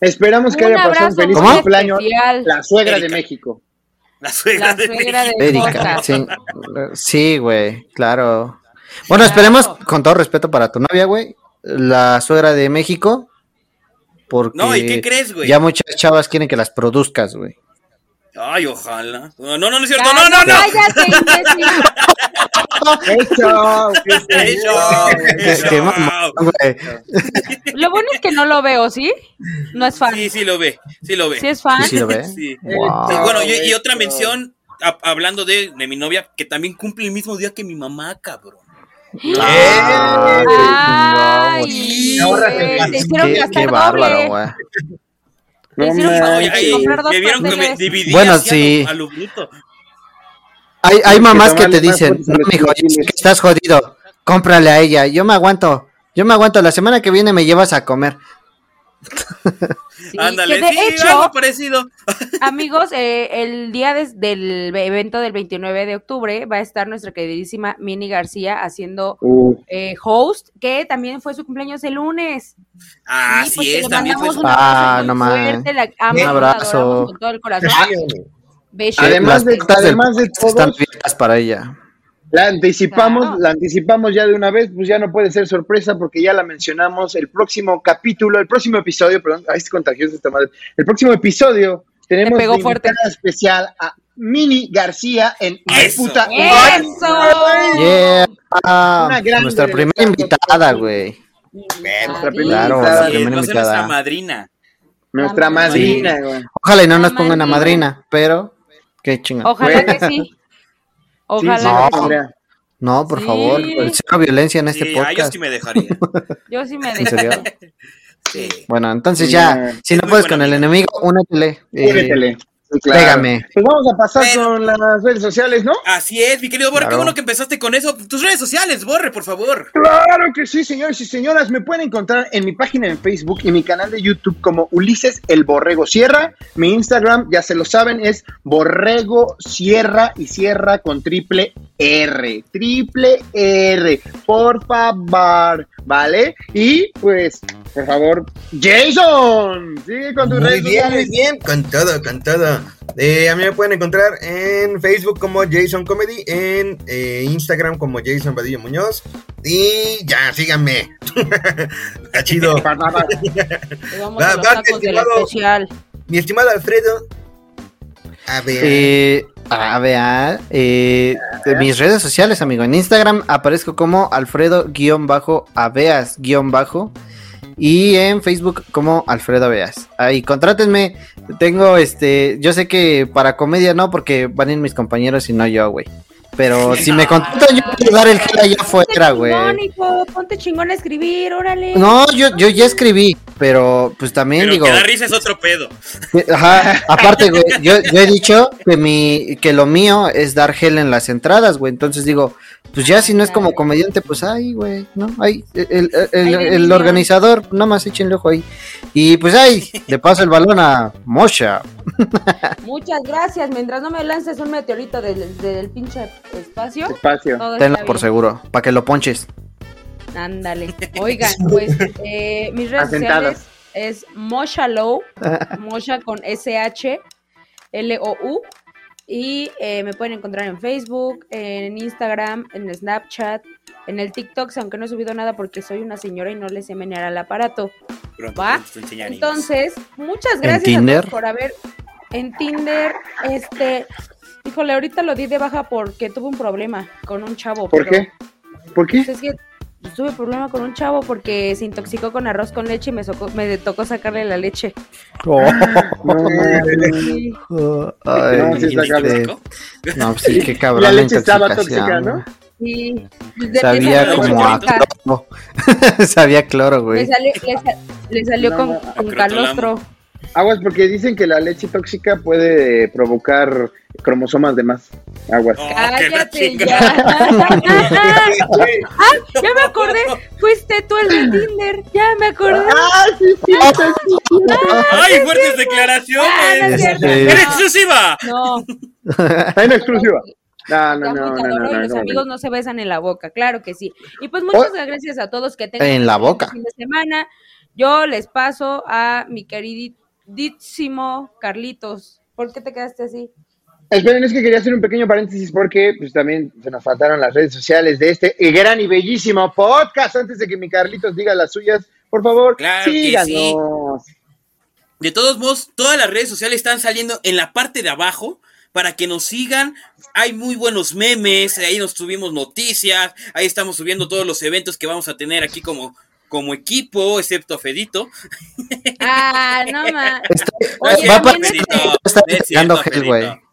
K: Esperamos que
E: Un
K: haya pasado un
E: abrazo
K: feliz
H: ¿Cómo?
E: muy
K: cumpleaños.
E: especial.
K: La suegra de
D: Erika.
K: México.
D: la suegra,
E: La
D: de
E: suegra
D: México.
E: de
H: Erika,
E: Podcast.
H: sí. Sí, güey, claro. Bueno, esperemos, con todo respeto para tu novia, güey, la suegra de México, porque
D: No, ¿y qué crees, güey?
H: ya muchas chavas quieren que las produzcas, güey.
D: Ay, ojalá. No, no, no es cierto.
E: Cállate,
D: No, no, no.
E: Cállate, imbécil.
K: ¡Eso!
D: Eso,
H: Qué-
D: eso.
H: qué mamón, güey.
E: Lo bueno es que no lo veo, ¿sí? No es fan.
D: Sí, sí lo ve. Sí lo ve.
E: Sí es fan.
H: Sí, sí lo ve. Ah,
D: Sí. Pues
H: Wow.
D: Sí, bueno, y, y otra mención a- hablando de, de mi novia, que también cumple el mismo día que mi mamá, cabrón.
E: Ay, güey, te hicieron
H: Qué,
E: gastar
H: qué bárbaro,
E: doble.
H: güey.
E: Te hicieron
D: No
E: gastar-
D: manches.
E: comprar dos
D: Me vieron que me
E: pasteles.
D: dividí
H: Bueno,
D: así a lo-
H: sí.
D: a lo bruto.
H: Hay, hay
D: Que
H: mamás que
D: tomale
H: te
D: más
H: dicen,
D: fuerza
H: no,
D: a los
H: mijo, yo sé que estás jodido, cómprale a ella, yo me aguanto, yo me aguanto, la semana que viene me llevas a comer.
D: Ándale,
E: que de
D: sí,
E: hecho-
D: algo parecido.
E: Amigos, eh, el día des- del evento del 29 de octubre va a estar nuestra queridísima Mini García haciendo
K: Uh.
E: eh, host, que también fue su cumpleaños el lunes.
D: Ah,
E: pues,
D: sí
E: que
D: es,
E: le
D: también fue
E: mandamos
D: su-
E: un abrazo
H: Ah,
E: muy
H: no mames.
E: fuerte, la amo,
H: Un
E: la
H: abrazo.
E: adoramos con todo el corazón. Besos.
K: Además de-
H: Las puertas del
K: además de
H: podcast
K: todos-
H: están abiertas para ella.
K: La anticipamos, la anticipamos ya de una vez, pues ya no puede ser sorpresa porque ya la mencionamos. El próximo capítulo, el próximo episodio, perdón, ahí es contagioso esta madre. El próximo episodio tenemos
E: pegó
K: de invitada especial a Mini García en Ay, puta.
E: Eh. ¡Eso!
H: Yeah. Ah,
K: Una grande
H: nuestra
K: de
H: primera invitada, güey.
K: Nuestra primera
H: Claro,
K: invitada.
D: Sí, va a
H: la primera
D: ser nuestra
H: invitada.
D: madrina.
K: Nuestra madrina, güey.
H: Ojalá y no nos ponga una madrina, pero qué chingada.
E: Ojalá que sí. Ojalá
H: no,
E: que sí.
H: no, por
E: Sí.
H: favor, cero violencia en este
D: Sí, a ellos
H: podcast.
D: sí me dejaría.
E: Yo sí me
H: ¿En serio?
E: dejo.
D: Sí.
H: Bueno, entonces ya,
K: Sí.
H: si no puedes con el enemigo, únetele. eh,
K: Únetele. Sí, claro.
H: Pégame.
K: Pues vamos a pasar con las redes sociales, ¿no?
D: Así es, mi querido Borre, qué
H: Claro.
D: bueno que empezaste con eso. Tus redes sociales, Borre, por favor.
K: Claro que sí, señores y señoras. Me pueden encontrar en mi página en Facebook y mi canal de YouTube como Ulises el Borrego Sierra. Mi Instagram, ya se lo saben, es Borrego Sierra y Sierra con triple R. Triple R. Por favor, ¿vale? Y pues, por favor, Jason, sigue con tus
F: Muy
K: redes
F: bien, muy
K: sociales.
F: bien, con todo, con todo. Eh, a mí me pueden encontrar en Facebook como Jason Comedy, en eh, Instagram como Jason Vadillo Muñoz. Y ya, síganme. Está chido.
K: Va, va, va.
E: Te vamos
F: Va,
E: a los
F: va,
E: tacos del
F: estimado.
E: especial.
F: Mi estimado Alfredo. A ver.
H: Eh, a ver, eh, de mis redes sociales, amigo. En Instagram aparezco como Alfredo-Aveas- bajo y en Facebook como Alfredo Aveas. Ahí, contrátenme. Tengo este. Yo sé que para comedia no, porque van a ir mis compañeros y no yo, güey. Pero si me contratan, yo puedo dar el giro allá afuera,
E: Chingón,
H: güey.
E: hijo, ponte chingón a escribir, órale.
H: No, yo, yo ya escribí, pero pues también
D: Pero
H: digo.
D: que la risa es otro pedo.
H: Ajá, aparte, güey, yo, yo he dicho que mi, que lo mío es dar gel en las entradas, güey. Entonces digo, pues ya si no es como comediante, pues ay, güey, ¿no? Ay, el, el- el-
E: Ay,
H: el
E: bendiga.
H: organizador, nomás échenle ojo ahí. Y pues ay, le paso el balón a Mosha.
E: Muchas gracias. Mientras no me lances un meteorito del, del pinche espacio.
K: Espacio.
E: todo está
H: Tenla por
E: bien.
H: seguro, para que lo ponches.
E: Ándale. Oigan, pues eh, mis redes
H: Asentadas.
E: sociales es Mosha Low, Mosha con S-H L-O-U. Y eh, me pueden encontrar en Facebook, en Instagram, en Snapchat, en el TikTok, aunque no he subido nada porque soy una señora y no les sé menear al aparato.
D: Pronto
E: ¿Va?
D: te enseñaré.
E: Entonces, muchas
H: ¿En
E: gracias a
H: Tinder?
E: todos por haber en Tinder, este, híjole, ahorita lo di de baja porque tuve un problema con un chavo.
K: ¿Por
E: pero-
K: qué? ¿Por
E: pues
K: qué?
E: Es que pues, tuve problema con un chavo porque se intoxicó con arroz con leche y me, socó- me tocó sacarle la leche.
K: Oh.
E: Sí.
H: Ay,
K: No, sí está
H: este,
K: cabrón.
H: no, pues sí, qué cabrón.
K: La leche estaba
H: intoxicación.
K: tóxica, ¿no?
E: Sí.
H: Sabía
E: Le- le-
H: como a
E: le-
H: cloro. Sabía cloro,
E: Le
H: güey.
E: salió, le sa- le salió
K: No,
E: con,
K: no.
E: con calostro.
K: Aguas, porque dicen que la leche tóxica puede provocar cromosomas de más. Aguas.
E: Cállate ya. Ay, ya me acordé. Fuiste tú el de Tinder. Ya me acordé.
D: ¡Ay, fuertes
E: Ah, no es
D: declaraciones!
E: cierto.
H: Este-
D: ¡En exclusiva!
E: No,
K: En exclusiva. No,
E: está
K: no,
E: muy
K: no, no,
E: calor
K: no,
E: y
K: no,
E: los
K: no.
E: amigos no se besan en la boca, claro que sí. Y pues muchas gracias a todos que tengan
H: En la boca.
E: fin de semana. Yo les paso a mi queridísimo Carlitos. ¿Por qué te quedaste así?
K: Esperen, es que quería hacer un pequeño paréntesis porque pues, también se nos faltaron las redes sociales de este gran y bellísimo podcast. Antes de que mi Carlitos diga las suyas, por favor,
D: Claro que
K: síganos.
D: De todos modos, todas las redes sociales están saliendo en la parte de abajo para que nos sigan. Hay muy buenos memes, ahí nos subimos noticias, ahí estamos subiendo todos los eventos que vamos a tener aquí como, como equipo, excepto a Fedito.
E: Ah, no más.
D: No es
H: Va
D: cierto,
H: para
D: Fedito,
H: está
D: no es
H: tirando
D: cierto,
H: gel, güey.
D: Fedito.
E: este,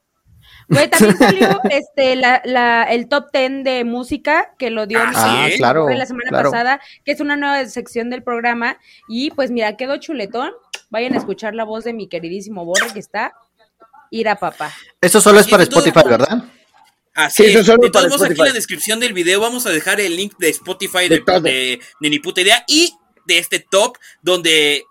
E: Güey, también salió este, la, la- el top 10 de música que lo dio
H: Ah,
E: Luis
H: sí, claro,
E: la semana
H: claro.
E: pasada, que es una nueva sección del programa. Y pues mira, quedó chuletón. Vayan a escuchar la voz de mi queridísimo Borre que está ir a papá.
H: Eso solo es para Spotify, ¿verdad?
D: Así
H: Sí, eso
D: es.
H: solo
D: De todos
H: para
D: modos, aquí en
H: Spotify.
D: la descripción del video vamos a dejar el link de Spotify de, de- de Ni Puta Idea y de este top donde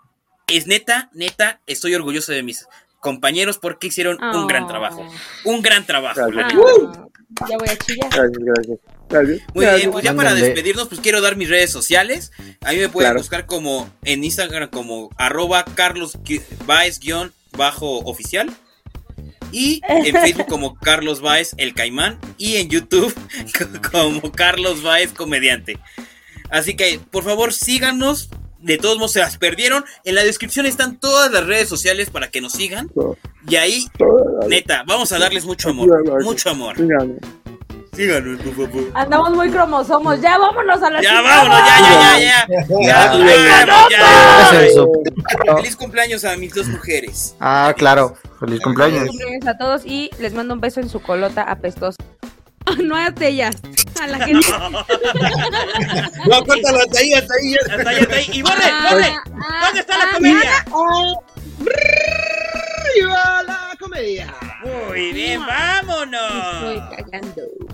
D: es neta, neta, estoy orgulloso de mis compañeros porque hicieron un
O: Ah,
E: Ah.
D: gran trabajo. Un gran trabajo. la neta.
E: Ya voy a chillar.
K: Gracias, gracias. gracias.
D: Muy bien, pues ya para
K: Mándenle.
D: despedirnos, pues quiero dar mis redes sociales. A mí me pueden
K: Claro.
D: buscar como en Instagram como arroba Carlos Gui- Baez guión bajo oficial. Y en Facebook como Carlos Baez el Caimán. Y en YouTube co- como Carlos Baez Comediante. Así que por favor síganos. De todos modos se las perdieron. En la descripción están todas las redes sociales para que nos sigan. Y ahí, neta, vamos a darles mucho amor. Mucho amor. Síganos, por favor.
E: Andamos muy cromosomos. Ya vámonos a la
D: Ya
E: chingada.
D: vámonos, ya, ya, ya, ya. Ya, ya, ya, ya.
H: Es el sub-
D: Feliz cumpleaños a mis dos mujeres.
H: Ah, claro. Feliz cumpleaños.
E: Cumpleaños a todos y les mando un beso en su colota apestosa. No a ellas, a la gente.
O: No, cuéntalo hasta ahí, hasta ahí. Hasta ahí, hasta ahí.
D: Y
O: borre,
E: Ah,
O: borre.
E: ah,
O: ¿Dónde está la
E: ah,
O: comedia?
E: nada.
O: ¡Arriba la comedia!
D: ah. Muy bien, vámonos.
E: cagando.